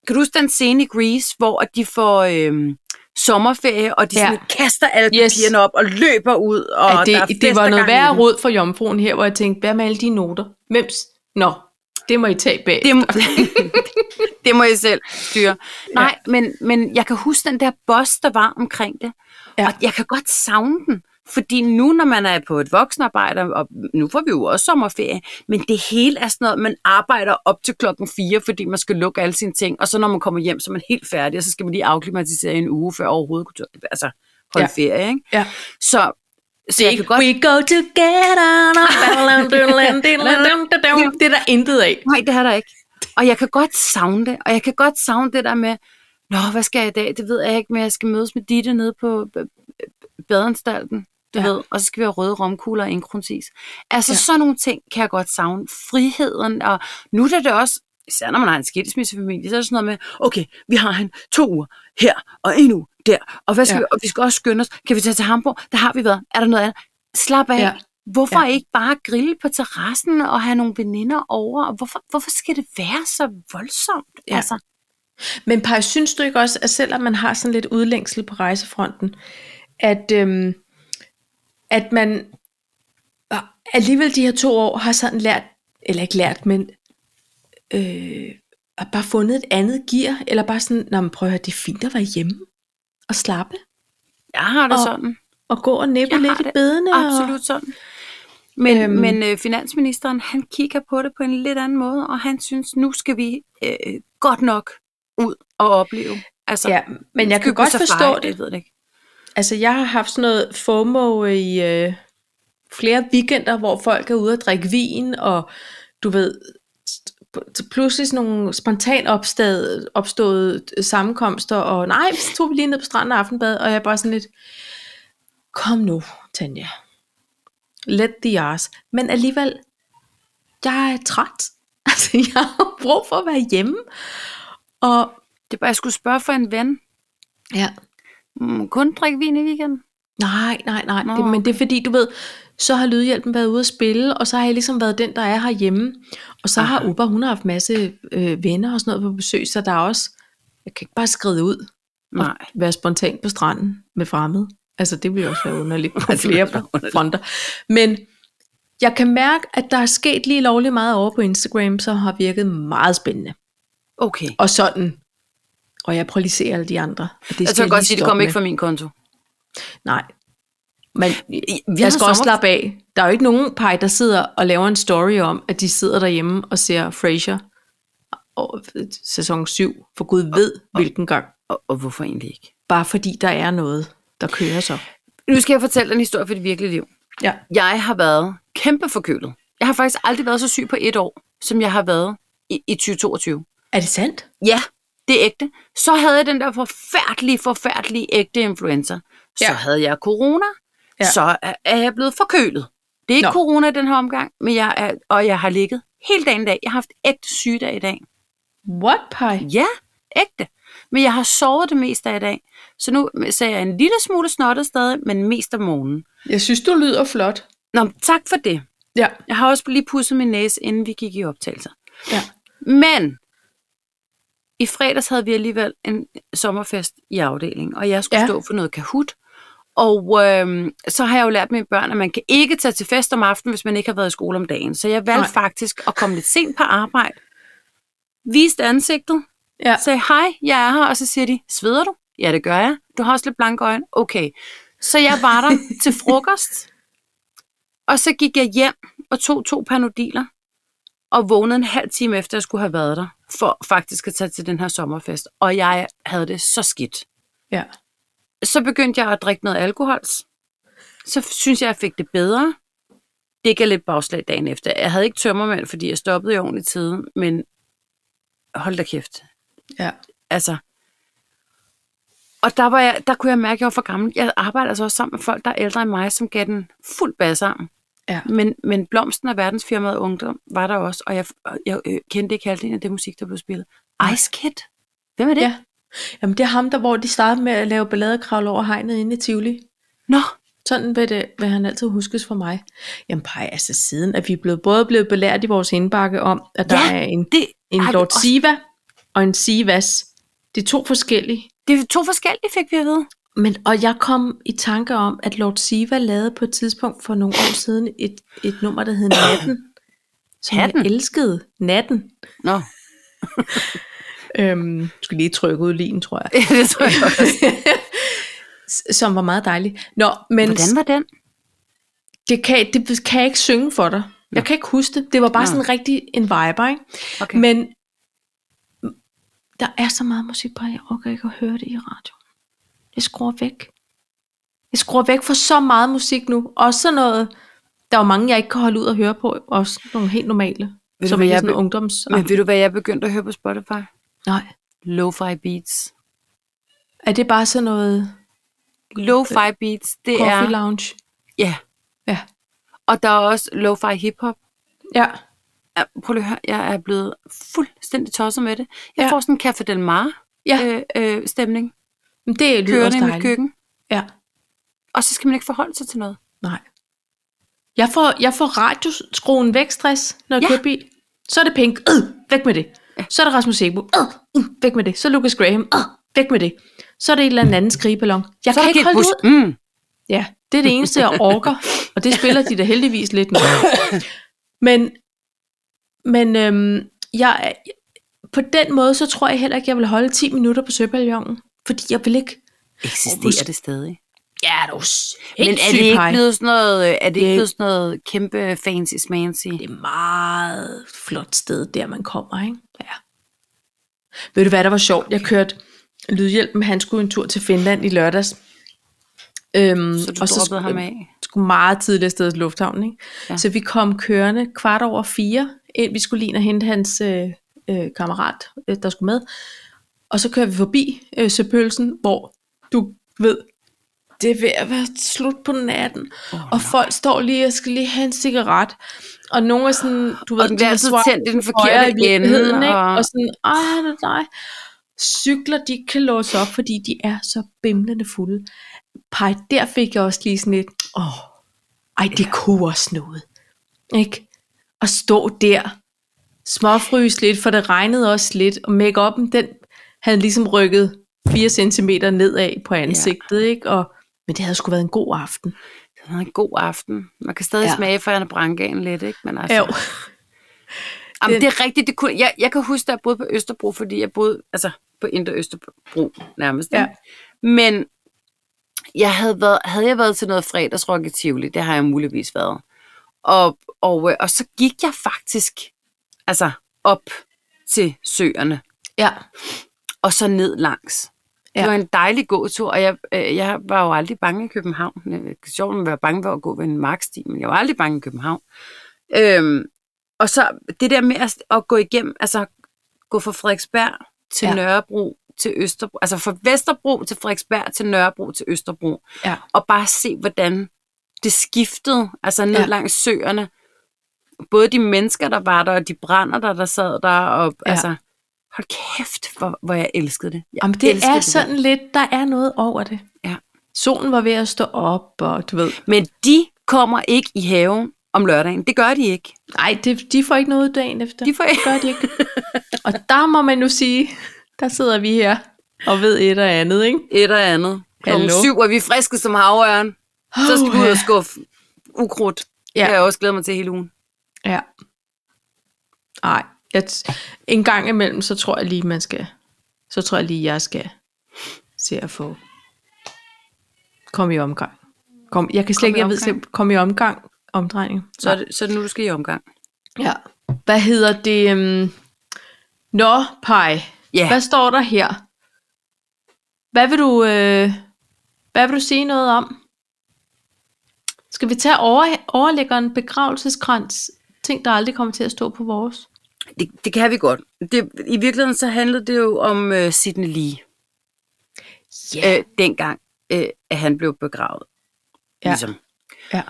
Speaker 2: Kan du huske den scene i Grease, hvor at de får øh, sommerferie, og de
Speaker 1: Ja.
Speaker 2: ja. sådan kaster alle
Speaker 1: Yes.
Speaker 2: yes. papirerne op og løber ud. Og
Speaker 1: at
Speaker 2: der er
Speaker 1: det,
Speaker 2: fest
Speaker 1: det var
Speaker 2: og
Speaker 1: noget
Speaker 2: gang i
Speaker 1: værre
Speaker 2: den.
Speaker 1: råd for jomfruen her, hvor jeg tænkte, hvad med alle de noter? Hvem? s- Nå, det må I tage bag.
Speaker 2: Det, må- det må jeg selv styre. Nej, men, men jeg kan huske den der boss, der var omkring det.
Speaker 1: Ja.
Speaker 2: Ja. Og jeg kan godt savne den. Fordi nu, når man er på et voksenarbejde, og nu får vi jo også sommerferie, men det hele er sådan noget, man arbejder op til klokken 4, fordi man skal lukke alle sine ting, og så når man kommer hjem, så er man helt færdig, og så skal man lige afklimatisere i en uge, før overhovedet kunne tør- altså, holde
Speaker 1: Ja.
Speaker 2: ja. ferie. Ikke?
Speaker 1: Ja.
Speaker 2: Så, så jeg kan godt...
Speaker 1: We go together. det er der intet af.
Speaker 2: Nej, det er der ikke. Og jeg kan godt savne det, og jeg kan godt savne det der med, Nå, hvad skal jeg i dag? Det ved jeg ikke, men jeg skal mødes med Ditte nede på b- b- badeanstalten, du
Speaker 1: Ja.
Speaker 2: ja. ved, og så skal vi have røde romkugler og indkrunsis. Altså,
Speaker 1: Ja.
Speaker 2: ja. sådan nogle ting kan jeg godt savne. Friheden, og nu er det også, især når man har en skilsmissefamilie, så er det sådan noget med, okay, vi har han to uger her, og en uge der, og, hvad skal
Speaker 1: Ja.
Speaker 2: ja. vi, og vi skal også skynde os. Kan vi tage til Hamburg? Der har vi været. Er der noget andet? Slap af.
Speaker 1: Ja.
Speaker 2: Ja. Hvorfor
Speaker 1: Ja.
Speaker 2: ja. ikke bare grille på terrassen og have nogle veninder over? Og hvorfor, hvorfor skal det være så voldsomt?
Speaker 1: Ja.
Speaker 2: Ja. Altså,
Speaker 1: Men Paj, synes du ikke også, at selvom man har sådan lidt udlængsel på rejsefronten, at, øhm, at man og alligevel de her to år har sådan lært, eller ikke lært, men øh, har bare fundet et andet gear, eller bare sådan, Nå, men prøv at høre, det er fint at være hjemme og slappe,
Speaker 2: jeg har det
Speaker 1: Og-
Speaker 2: og, sådan.
Speaker 1: og gå og nippe
Speaker 2: Jeg
Speaker 1: lidt
Speaker 2: har
Speaker 1: i
Speaker 2: det
Speaker 1: bedene.
Speaker 2: Absolut sådan. Men,
Speaker 1: Øhm.
Speaker 2: øhm. men øh, finansministeren, han kigger på det på en lidt anden måde, og han synes, nu skal vi øh, godt nok ud og opleve. Altså,
Speaker 1: Og, ja, men jeg
Speaker 2: skal
Speaker 1: kan
Speaker 2: vi på
Speaker 1: godt
Speaker 2: safari?
Speaker 1: forstå det.
Speaker 2: Jeg ved det ikke.
Speaker 1: Altså, jeg har haft sådan noget FOMO i øh, flere weekender, hvor folk er ude og drikke vin, og du ved, st- p- pludselig sådan nogle spontan opstad, opståede øh, sammenkomster, og nej, så tog vi lige ned på stranden og aftenbad, og jeg er bare sådan lidt, kom nu, Tanja. Let the ass. Men alligevel, jeg er træt. Altså, jeg har brug for at være hjemme. Og
Speaker 2: Det er bare, jeg skulle spørge for en ven.
Speaker 1: ja,
Speaker 2: Mm, kun drikke vin i weekenden?
Speaker 1: Nej, nej, nej.
Speaker 2: Nå,
Speaker 1: Det, men det er fordi, du ved, så har Lydhjælpen været ude at spille, og så har jeg ligesom været den, der er herhjemme. Og så har
Speaker 2: Aha.
Speaker 1: Uber, hun har haft masse øh, venner og sådan noget på besøg, så der er også, jeg kan ikke bare skride ud
Speaker 2: Nej.
Speaker 1: og være spontan på stranden med fremmede. Altså det ville også være underligt på
Speaker 2: det ville
Speaker 1: flere
Speaker 2: også være underligt.
Speaker 1: fronter. Men jeg kan mærke, at der er sket lige lovligt meget over på Instagram, som har virket meget spændende.
Speaker 2: Okay.
Speaker 1: Og sådan. Og jeg prøver lige at se alle de andre. Og Det
Speaker 2: Jeg
Speaker 1: skal
Speaker 2: tør godt
Speaker 1: lige
Speaker 2: sige, det
Speaker 1: stoppe
Speaker 2: kommer
Speaker 1: med.
Speaker 2: ikke fra min konto.
Speaker 1: Nej. Men
Speaker 2: Vi
Speaker 1: jeg skal
Speaker 2: har
Speaker 1: også
Speaker 2: sommer-
Speaker 1: slappe af. Der er jo ikke nogen pej, der sidder og laver en story om, at de sidder derhjemme og ser Frasier og sæson 7. For Gud ved, hvilken gang.
Speaker 2: Og, og hvorfor egentlig ikke?
Speaker 1: Bare fordi der er noget, der kører så.
Speaker 2: Nu skal jeg fortælle en historie fra det virkelige liv.
Speaker 1: Ja.
Speaker 2: Jeg har været kæmpe forkølet. Jeg har faktisk aldrig været så syg på et år, som jeg har været i, i 2022.
Speaker 1: Er det sandt?
Speaker 2: Ja, det er ægte. Så havde jeg den der forfærdelige, forfærdelige ægte influenza. Så
Speaker 1: Ja.
Speaker 2: ja. havde jeg corona.
Speaker 1: Ja.
Speaker 2: Ja. Så er- er jeg blevet forkølet. Det er ikke
Speaker 1: Nå.
Speaker 2: Nå. corona i den her omgang, men jeg er, og jeg har ligget hele dagen i dag. Jeg har haft ægte sygedag i dag.
Speaker 1: What, pej?
Speaker 2: Ja, ægte. Men jeg har sovet det meste af i dag. Så nu ser jeg en lille smule snottet stadig, men mest om morgenen.
Speaker 1: Jeg synes, du lyder flot.
Speaker 2: Nå, men tak for det.
Speaker 1: Ja,
Speaker 2: Jeg har også lige pudset min næse, inden vi gik i optagelser.
Speaker 1: ja.
Speaker 2: Men i fredags havde vi alligevel en sommerfest i afdelingen, og jeg skulle
Speaker 1: Ja.
Speaker 2: ja. stå for noget kahoot. Og øhm, så har jeg jo lært mine børn, at man kan ikke tage til fest om aftenen, hvis man ikke har været i skole om dagen. Så jeg valgte
Speaker 1: Nej.
Speaker 2: Nej. faktisk at komme lidt sent på arbejde, viste ansigtet,
Speaker 1: Ja.
Speaker 2: sagde hej, jeg er her, og så siger de, sveder du? Ja, det gør jeg. Du har også lidt blanke øjne. Okay. Så jeg var der til frokost, og så gik jeg hjem og tog to panodiler, og vågnede en halv time efter, jeg skulle have været der, for faktisk at tage til den her sommerfest. Og jeg havde det så skidt.
Speaker 1: Ja.
Speaker 2: Så begyndte jeg at drikke noget alkohol. Så synes jeg, jeg fik det bedre. Det gav lidt bagslag dagen efter. Jeg havde ikke tømmermænd, fordi jeg stoppede i ordentlig tid, men hold da kæft.
Speaker 1: Ja.
Speaker 2: Altså. Og der, var jeg, der kunne jeg mærke, at jeg var for gammel. Jeg arbejder altså også sammen med folk, der er ældre end mig, som gav den fuld bas sammen.
Speaker 1: Ja.
Speaker 2: Men, men Blomsten og verdensfirmaet Ungdom var der også, og jeg, og jeg øh, kendte ikke halvdelen af det musik, der blev spillet. Ice Kid? Hvem er det?
Speaker 1: Ja. Jamen, det er ham, der, hvor de startede med at lave ballade og kravle over hegnet inde i Tivoli.
Speaker 2: Nå,
Speaker 1: Sådan vil, det, vil han altid huskes for mig. Jamen, pej, altså siden, at vi er blevet, både blevet belært i vores indbakke om, at der
Speaker 2: Ja,
Speaker 1: er en,
Speaker 2: det,
Speaker 1: en
Speaker 2: har vi
Speaker 1: Lord
Speaker 2: også-
Speaker 1: Siva og en Sivas. Det er to forskellige.
Speaker 2: det er to forskellige, fik vi at vide.
Speaker 1: Men, og jeg kom i tanke om, at Lord Siva lavede på et tidspunkt for nogle år siden et, et nummer, der hed Natten. Som
Speaker 2: Hatten?
Speaker 1: jeg elskede. Natten.
Speaker 2: Nå,
Speaker 1: Øhm, jeg skal lige trykke ud lin, tror jeg.
Speaker 2: det tror jeg også.
Speaker 1: som var meget dejlig. Nå, men
Speaker 2: Hvordan var den?
Speaker 1: det kan, det kan jeg ikke synge for dig. Jeg kan ikke huske det. Det var bare
Speaker 2: Nå.
Speaker 1: sådan rigtig en vibe, ikke?
Speaker 2: Okay. Men,
Speaker 1: Men der er så meget musik på, at jeg orker ikke at høre det i radioen. Jeg skruer væk. Jeg skruer væk for så meget musik nu. Også sådan noget, der er jo mange, jeg ikke kan holde ud og høre på. Også nogle helt normale.
Speaker 2: Ved du,
Speaker 1: som
Speaker 2: hvad
Speaker 1: ikke er
Speaker 2: jeg
Speaker 1: sådan
Speaker 2: be-
Speaker 1: ungdoms...
Speaker 2: men ved du, hvad jeg begyndte at høre på Spotify?
Speaker 1: Nej.
Speaker 2: Lo-fi beats.
Speaker 1: Er det bare sådan noget
Speaker 2: Lo-fi beats, det
Speaker 1: coffee
Speaker 2: er...
Speaker 1: lounge?
Speaker 2: Ja.
Speaker 1: Ja.
Speaker 2: Og der er også lo-fi hip-hop.
Speaker 1: Ja.
Speaker 2: Ja, Prøv lige at høre, jeg er blevet fuldstændig tosset med det. Jeg
Speaker 1: Ja.
Speaker 2: ja. får sådan en Café Del Mar
Speaker 1: Ja.
Speaker 2: øh, øh, stemning.
Speaker 1: Men det lyder
Speaker 2: Kørende
Speaker 1: også
Speaker 2: i mit
Speaker 1: dejligt.
Speaker 2: køkken.
Speaker 1: Ja.
Speaker 2: Og så skal man ikke forholde sig til noget.
Speaker 1: Nej. Jeg får, jeg får radioskruen væk stress, når jeg ja.
Speaker 2: Ja.
Speaker 1: kører bil. Så er det Pink, øh, væk med det. Så er det Rasmus Sebro, øh, øh, væk med det. Så er Lucas Graham, øh, væk med det. Så er det en eller anden skrigeballon. Jeg
Speaker 2: så
Speaker 1: så kan ikke holde det ud.
Speaker 2: Mm.
Speaker 1: Ja, det er det eneste, jeg orker. Og det spiller de da heldigvis lidt nu. Men, men øhm, jeg, er- på den måde, så tror jeg heller ikke, jeg vil holde 10 minutter på Søpavillonen. Fordi jeg vil ikke...
Speaker 2: Eksisterer det stadig?
Speaker 1: Ja, det er jo
Speaker 2: Men
Speaker 1: helt
Speaker 2: er
Speaker 1: syg
Speaker 2: det ikke
Speaker 1: pej.
Speaker 2: blevet sådan noget, øh, er det ikke
Speaker 1: Det-
Speaker 2: blevet sådan noget kæmpe fancy smancy?
Speaker 1: det er meget flot sted, der man kommer, ikke? Ja. Ved du hvad, der var sjovt? Jeg kørte lydhjælpen, han skulle en tur til Finland i lørdags. Øhm,
Speaker 2: Så du droppede ham af?
Speaker 1: skulle meget tidligt afsted til lufthavnen, ikke? Ja.
Speaker 2: Ja.
Speaker 1: Så vi kom kørende kvart over fire, ind vi skulle lige ind og hente hans øh, øh, kammerat, øh, der skulle med. Og så kører vi forbi øh, Søpølsen, hvor du ved, det er ved at være slut på natten, oh, og folk står lige og skal lige have en cigaret. Og nogle er sådan, du ved,
Speaker 2: Og den bliver
Speaker 1: de
Speaker 2: altid
Speaker 1: swiper
Speaker 2: tændt i den
Speaker 1: højere
Speaker 2: forkerte ende,
Speaker 1: virkeligheden, ikke?
Speaker 2: og-
Speaker 1: Og sådan, ej, det er dig. Cykler, de ikke kan låse op, fordi de er så bimlende fulde. Pej, der fik jeg også lige sådan lidt, åh, oh, ej, det kunne også noget. Ikke? At stå der, småfryse lidt, for det regnede også lidt, og make den havde ligesom rykket 4 cm nedad på ansigtet, ja. ikke? Og, men det havde sgu været en god aften.
Speaker 2: Det var en god aften. Man kan stadig
Speaker 1: Ja.
Speaker 2: ja. smage for brankaen lidt, ikke? Men altså,
Speaker 1: Jo.
Speaker 2: Jamen,
Speaker 1: Den-
Speaker 2: det er rigtigt. Det kunne, jeg, jeg kan huske, at jeg boede på Østerbro, fordi jeg boede altså, på Indre Østerbro nærmest.
Speaker 1: Ja.
Speaker 2: ikke? Men jeg havde, været, havde jeg været til noget fredagsrock i Tivoli, det har jeg muligvis været. Og, og, øh, og så gik jeg faktisk altså, op til søerne
Speaker 1: Ja.
Speaker 2: og så ned langs. Ja.
Speaker 1: Ja.
Speaker 2: Det var en dejlig gåtur, og jeg, øh, jeg var jo aldrig bange i København. Øh, Det er sjovt at være bange for at gå ved en marksti, men jeg var aldrig bange i København. Øhm, og så det der med at, at gå igennem, altså gå fra Frederiksberg til
Speaker 1: Ja.
Speaker 2: ja. Nørrebro til Østerbro, altså fra Vesterbro til Frederiksberg til Nørrebro til Østerbro,
Speaker 1: Ja.
Speaker 2: og bare se, hvordan det skiftede, altså ned
Speaker 1: Ja.
Speaker 2: ja. langs søerne. Både de mennesker, der var der, og de brænder, der, der sad der, og
Speaker 1: Ja.
Speaker 2: ja. altså, Hold kæft, hvor, hvor jeg elskede det. Jeg
Speaker 1: Jamen, det
Speaker 2: elskede
Speaker 1: er
Speaker 2: der.
Speaker 1: sådan lidt, der er noget over det.
Speaker 2: Ja.
Speaker 1: Solen var ved at stå op, og du ved.
Speaker 2: Men de kommer ikke i haven om lørdagen. Det gør de ikke.
Speaker 1: Nej, det, de får ikke noget dagen efter.
Speaker 2: De får
Speaker 1: Det gør de ikke. og der må man nu sige, der sidder vi her og ved et og andet, ikke?
Speaker 2: Et eller andet. Klokken
Speaker 1: Hallo?
Speaker 2: syv er vi friske som havørn. Så skal vi ud og skuffe ukrudt.
Speaker 1: Ja.
Speaker 2: Ja. Det har jeg også glædet mig til hele ugen.
Speaker 1: Ja. Nej, jeg t- en gang imellem, så tror jeg lige, man skal, så tror jeg lige, jeg skal se at få komme i omgang. Kom, jeg kan slet
Speaker 2: Kom i
Speaker 1: ikke, jeg ved
Speaker 2: omgang.
Speaker 1: selv, komme i omgang, omdrejning.
Speaker 2: Så er, det, så er det nu, du skal i omgang.
Speaker 1: Ja. Hvad hedder det? Um... Nå, Pai.
Speaker 2: Ja.
Speaker 1: Hvad står der her? Hvad vil du, øh... hvad vil du sige noget om? Skal vi tage over, overlæggeren begravelseskrans? Ting, der aldrig kommer til at stå på vores.
Speaker 2: Det, det kan vi godt. Det, I virkeligheden så handlede det jo om øh, Sidney Lee, øh, dengang øh, at han blev begravet.
Speaker 1: Ja.
Speaker 2: Ligesom.
Speaker 1: ja.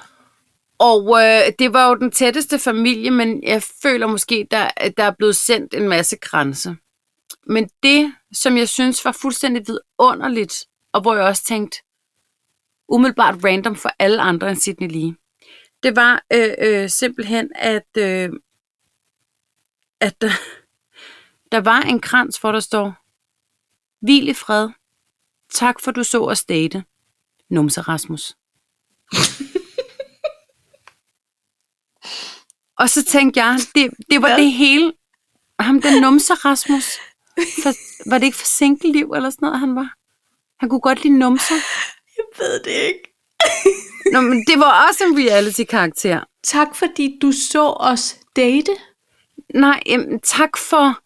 Speaker 2: Og øh, det var jo den tætteste familie, men jeg føler måske, der, at der er blevet sendt en masse grænser. Men det, som jeg synes var fuldstændig vidunderligt, og hvor jeg også tænkte, umiddelbart random for alle andre end Sydney Lee, det var øh, øh, simpelthen, at, øh, at der, der var en krans, hvor der står, Hvil i fred. Tak for du så os date. Numse Rasmus. Og så tænkte jeg, det, det var
Speaker 1: Hvad?
Speaker 2: det hele. Ham den numse Rasmus. For, var det ikke for single liv eller sådan noget, han var? Han kunne godt lide numser.
Speaker 1: Jeg ved det ikke.
Speaker 2: Nå, men det var også en reality-karakter.
Speaker 1: Tak fordi du så os date.
Speaker 2: Nej, jamen, tak for...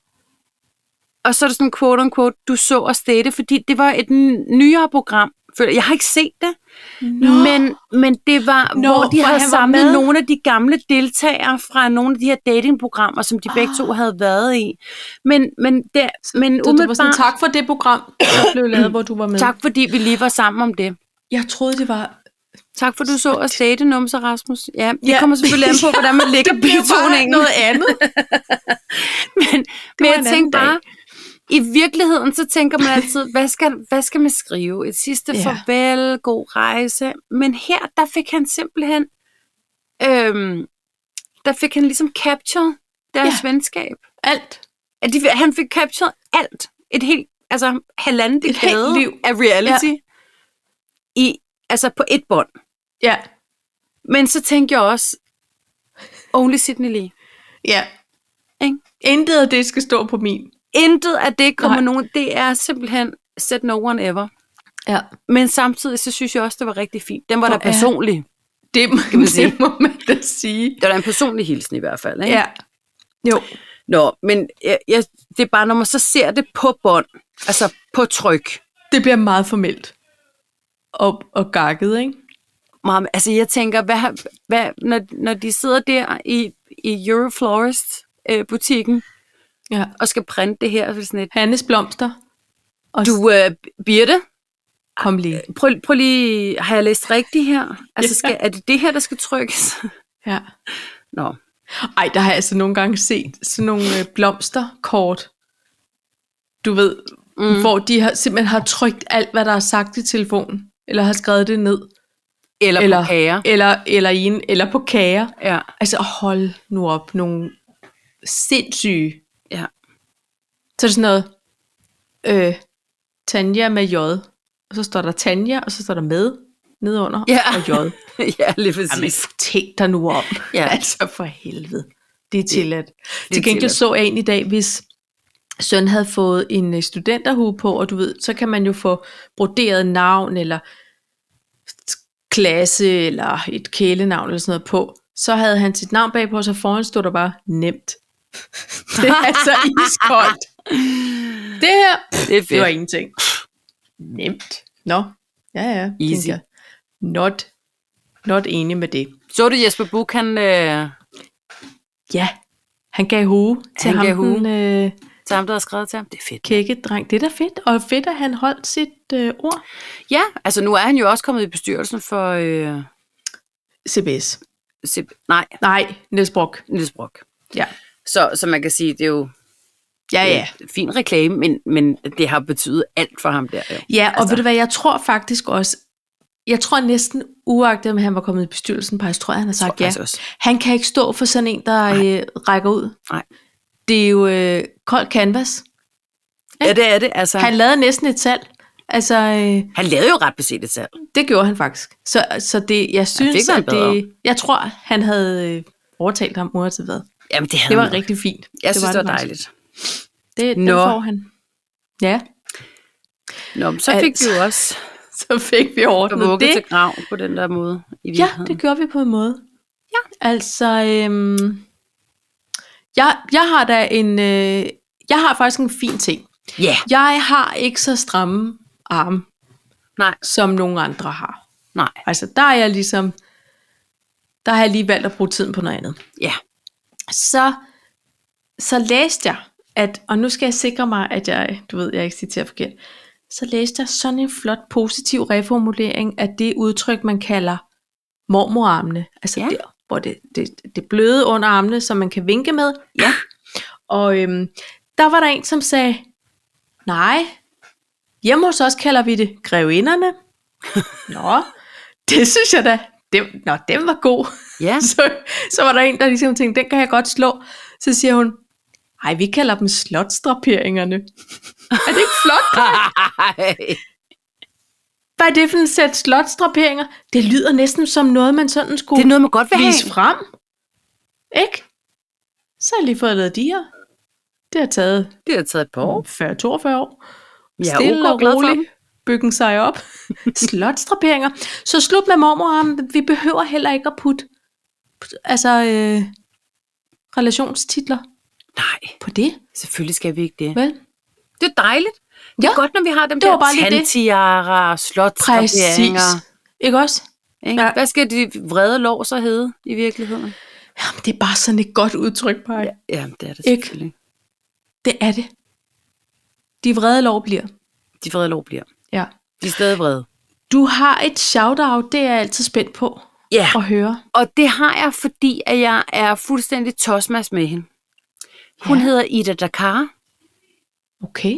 Speaker 2: Og så er det sådan quote on quote, du så os date, fordi det var et n- nyere program. Føler Jeg Jeg har ikke set det,
Speaker 1: Nå.
Speaker 2: men, men det var,
Speaker 1: Nå,
Speaker 2: Nå, hvor de
Speaker 1: hvor
Speaker 2: havde
Speaker 1: han var
Speaker 2: samlet
Speaker 1: med.
Speaker 2: nogle af de gamle deltagere fra nogle af de her datingprogrammer, som de begge to havde været i. Men, men, det, men
Speaker 1: Ah. Så det var
Speaker 2: umiddelbart,
Speaker 1: sådan, tak for det program, der blev lavet, hvor du var med.
Speaker 2: tak fordi vi lige var sammen om det.
Speaker 1: Jeg troede, det var...
Speaker 2: Tak for, du så os date, Numse Rasmus. Ja, det
Speaker 1: Ja.
Speaker 2: ja. kommer selvfølgelig an på, hvordan man lægger
Speaker 1: Det blev bare
Speaker 2: betoningen.
Speaker 1: noget andet.
Speaker 2: men,
Speaker 1: var
Speaker 2: men
Speaker 1: en
Speaker 2: jeg
Speaker 1: anden
Speaker 2: tænkte
Speaker 1: dag.
Speaker 2: bare, i virkeligheden, så tænker man altid, hvad skal, hvad skal man skrive? Et sidste
Speaker 1: Ja.
Speaker 2: ja. farvel, god rejse. Men her, der fik han simpelthen, øhm, der fik han ligesom captured deres
Speaker 1: Ja.
Speaker 2: ja. venskab.
Speaker 1: Alt.
Speaker 2: At de, han fik captured alt. Et helt, altså halvanden
Speaker 1: helt
Speaker 2: dekade
Speaker 1: liv.
Speaker 2: af reality. Ja. I, altså på et bånd.
Speaker 1: Ja.
Speaker 2: Men så tænkte jeg også, only Sydney Lee.
Speaker 1: Ja.
Speaker 2: Ikke?
Speaker 1: Intet af det skal stå på min.
Speaker 2: Intet af det kommer
Speaker 1: Nej.
Speaker 2: nogen. Det er simpelthen set no one ever.
Speaker 1: Ja.
Speaker 2: Men samtidig, så synes jeg også, det var rigtig fint. Den var
Speaker 1: Hvor
Speaker 2: da
Speaker 1: er-
Speaker 2: personlig.
Speaker 1: Det, må-
Speaker 2: man sige.
Speaker 1: det må man da sige.
Speaker 2: Det var da en personlig hilsen i hvert fald. Ikke?
Speaker 1: Ja. Jo.
Speaker 2: Nå, men jeg, jeg, det er bare, når man så ser det på bånd, altså på tryk.
Speaker 1: Det bliver meget formelt. Og, og gakket, ikke?
Speaker 2: Mom, altså jeg tænker, hvad, har- hvad, når, når de sidder der i, i Euroflorist-butikken øh, butikken
Speaker 1: Ja.
Speaker 2: og skal printe det her, så er det sådan et,
Speaker 1: Hannes blomster. Og
Speaker 2: du, øh, Birte,
Speaker 1: kom lige.
Speaker 2: prøv, prøv lige, har jeg læst rigtigt her? Altså, skal, er det det her, der skal trykkes?
Speaker 1: Ja.
Speaker 2: Nå,
Speaker 1: Ej, der har jeg altså nogle gange set sådan nogle øh, blomsterkort. Du ved, mm. hvor de har, simpelthen har trykt alt, hvad der er sagt i telefonen. Eller har skrevet det ned.
Speaker 2: eller, eller
Speaker 1: Eller,
Speaker 2: på kager.
Speaker 1: eller, eller, i en, eller på kager.
Speaker 2: Ja,
Speaker 1: Altså hold nu op, nogle sindssyge.
Speaker 2: ja.
Speaker 1: Så er det sådan noget, øh, Tanja med J. Og så står der Tanja, og så står der med nedenunder,
Speaker 2: Ja.
Speaker 1: og J.
Speaker 2: ja, lige
Speaker 1: Jamen,
Speaker 2: præcis.
Speaker 1: tænk dig nu om.
Speaker 2: Ja.
Speaker 1: Altså for helvede. Det er tilladt.
Speaker 2: er
Speaker 1: Til gengæld
Speaker 2: tilladt.
Speaker 1: så jeg en i dag, hvis søn havde fået en øh, studenterhue på, og du ved, så kan man jo få broderet navn, eller klasse, eller et kælenavn, eller sådan noget på. Så havde han sit navn bagpå, og så foran stod der bare, nemt. det er altså iskoldt. Det her,
Speaker 2: Det er fedt.
Speaker 1: det var ingenting. Nemt. Nå, ja ja. tænkte
Speaker 2: Easy.
Speaker 1: jeg. Not, not enig med det.
Speaker 2: Så du Jesper Buch, han øh,
Speaker 1: Ja, han gav hue til
Speaker 2: Han
Speaker 1: ham,
Speaker 2: gav hue.
Speaker 1: den øh,
Speaker 2: til ham, der har skrevet til ham? Det er fedt.
Speaker 1: kække dreng. Det er da fedt, og fedt, at han holdt sit øh, ord.
Speaker 2: Ja, altså nu er han jo også kommet i bestyrelsen for... Øh,
Speaker 1: CBS.
Speaker 2: Sib- nej,
Speaker 1: Nej, Niels Brock.
Speaker 2: Niels Brock.
Speaker 1: Ja.
Speaker 2: Så, så man kan sige, det er jo
Speaker 1: Ja, ja.
Speaker 2: Øh, Fin reklame, men, men det har betydet alt for ham der. Jo.
Speaker 1: Ja, og altså.
Speaker 2: Altså.
Speaker 1: ved du hvad, jeg tror faktisk også, jeg tror næsten uagtet, om han var kommet i bestyrelsen, faktisk tror jeg, han har sagt ja.
Speaker 2: Altså også.
Speaker 1: Han kan ikke stå for sådan en, der øh, rækker ud.
Speaker 2: Nej.
Speaker 1: Det er jo øh, kold canvas.
Speaker 2: Ja, det er det. Altså,
Speaker 1: Han
Speaker 2: han,
Speaker 1: lavede næsten et salg. Altså, øh,
Speaker 2: han lavede jo ret beset et salg.
Speaker 1: det gjorde han faktisk. Så, så det, jeg synes,
Speaker 2: været
Speaker 1: at
Speaker 2: bedre.
Speaker 1: det, jeg tror, han havde øh, overtalt ham uanset hvad.
Speaker 2: Jamen, det, havde
Speaker 1: Det var
Speaker 2: han nok.
Speaker 1: rigtig fint.
Speaker 2: Jeg det synes, var det var
Speaker 1: faktisk.
Speaker 2: dejligt.
Speaker 1: Det, den
Speaker 2: Nå.
Speaker 1: får han. Ja,
Speaker 2: Nå, men så fik
Speaker 1: Altså,
Speaker 2: vi jo også
Speaker 1: så fik vi ordnet
Speaker 2: vugget
Speaker 1: det.
Speaker 2: til grav på den der måde i
Speaker 1: Ja,
Speaker 2: virkeligheden.
Speaker 1: det gjorde vi på en måde. Ja. Altså, øhm, jeg, jeg har da en, øh, jeg har faktisk en fin ting.
Speaker 2: Ja,
Speaker 1: Jeg har ikke så stramme arme,
Speaker 2: nej,
Speaker 1: som nogle andre har.
Speaker 2: nej,
Speaker 1: Altså, der er jeg ligesom, der har jeg lige valgt at bruge tiden på noget andet.
Speaker 2: ja.
Speaker 1: Så, så læste jeg, at, og nu skal jeg sikre mig, at jeg, du ved, jeg ikke citerer forkert, så læste jeg sådan en flot positiv reformulering af det udtryk, man kalder mormorarmene. Altså ja.
Speaker 2: Ja.
Speaker 1: der, hvor det, det, det bløde under armene, som man kan vinke med.
Speaker 2: Ja.
Speaker 1: Og øhm, der var der en, som sagde, nej, hjemme hos os kalder vi det grevinderne. Nå, det synes jeg da. Dem, nå, den var god
Speaker 2: Ja,
Speaker 1: så, så var der en, der ligesom tænkte, den kan jeg godt slå. Så siger hun, nej, vi kalder dem slotsdraperingerne. er det ikke flot?
Speaker 2: Ej.
Speaker 1: Hvad er det for en sæt slotsdraperinger? Det lyder næsten som noget, man sådan
Speaker 2: det
Speaker 1: skulle
Speaker 2: er noget, man godt vil have.
Speaker 1: vise frem. Ikke? Så har jeg lige fået lavet de her. Det har taget
Speaker 2: Det har taget et par år.
Speaker 1: 40-42 år.
Speaker 2: Jeg er
Speaker 1: Stille
Speaker 2: ok
Speaker 1: og
Speaker 2: glad for
Speaker 1: roligt
Speaker 2: dem.
Speaker 1: byggen sig op. Slotsdraperinger. Så slut med mormorarmen. Vi behøver heller ikke at putte altså, øh, relationstitler
Speaker 2: Nej,
Speaker 1: på det,
Speaker 2: selvfølgelig skal vi ikke det.
Speaker 1: vel?
Speaker 2: Det er dejligt. Det
Speaker 1: Ja,
Speaker 2: er godt, når vi har dem
Speaker 1: det var
Speaker 2: der
Speaker 1: bare lige det.
Speaker 2: tantiara,
Speaker 1: præcis.
Speaker 2: slotsdraperinger.
Speaker 1: Ikke også?
Speaker 2: Ikke?
Speaker 1: Ja.
Speaker 2: Ja. Hvad skal de vrede lov så hedde i virkeligheden?
Speaker 1: Jamen, det er bare sådan et godt udtryk, Paj. Ja.
Speaker 2: Ja, det er det
Speaker 1: Ikke?
Speaker 2: selvfølgelig.
Speaker 1: Det er det. De vrede lov bliver.
Speaker 2: De vrede lov bliver.
Speaker 1: Ja.
Speaker 2: De er stadig vrede.
Speaker 1: Du har et shout-out, det er jeg altid spændt på
Speaker 2: Ja,
Speaker 1: at høre.
Speaker 2: og det har jeg, fordi at jeg er fuldstændig tosmas med hende. Hun
Speaker 1: Ja.
Speaker 2: ja. hedder Ida Dakar.
Speaker 1: Okay.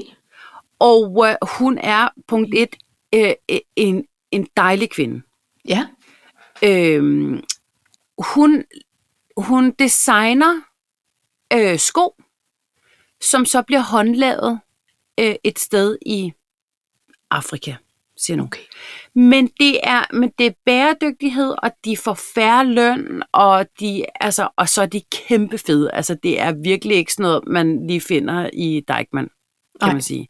Speaker 2: Og øh, hun er, punkt et, øh, øh, en, en dejlig kvinde.
Speaker 1: Ja.
Speaker 2: Øh, hun, hun designer øh, sko, som så bliver håndlavet øh, et sted i Afrika, siger nogen.
Speaker 1: Okay.
Speaker 2: Men det er, men det er bæredygtighed, og de får færre løn, og, de, altså, og så er de kæmpe fede. Altså, det er virkelig ikke sådan noget, man lige finder i Dijkman, kan
Speaker 1: Nej.
Speaker 2: Ej. man sige.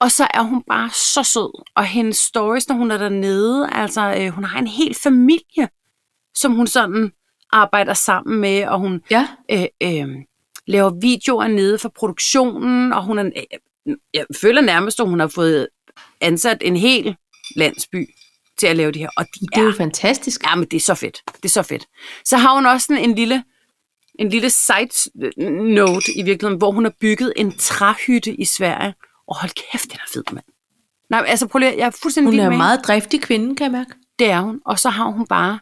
Speaker 2: Og så er hun bare så sød, og hendes stories, når hun er dernede, altså, øh, hun har en hel familie, som hun sådan arbejder sammen med, og hun
Speaker 1: Ja.
Speaker 2: øh, øh, laver videoer nede for produktionen, og hun er, øh, jeg føler nærmest, at hun har fået ansat en hel landsby til at lave det her. Og de
Speaker 1: Det er
Speaker 2: er,
Speaker 1: jo fantastisk.
Speaker 2: ja, men det er så fedt. Det er så fedt. Så har hun også sådan en lille, en lille side note i virkeligheden, hvor hun har bygget en træhytte i Sverige. Og hold kæft, den er fed, mand. Nej, men altså prøv lige, jeg er fuldstændig
Speaker 1: Hun
Speaker 2: vild
Speaker 1: er
Speaker 2: med
Speaker 1: en
Speaker 2: hende.
Speaker 1: meget driftig kvinde, kan jeg mærke.
Speaker 2: Det er hun. Og så har hun bare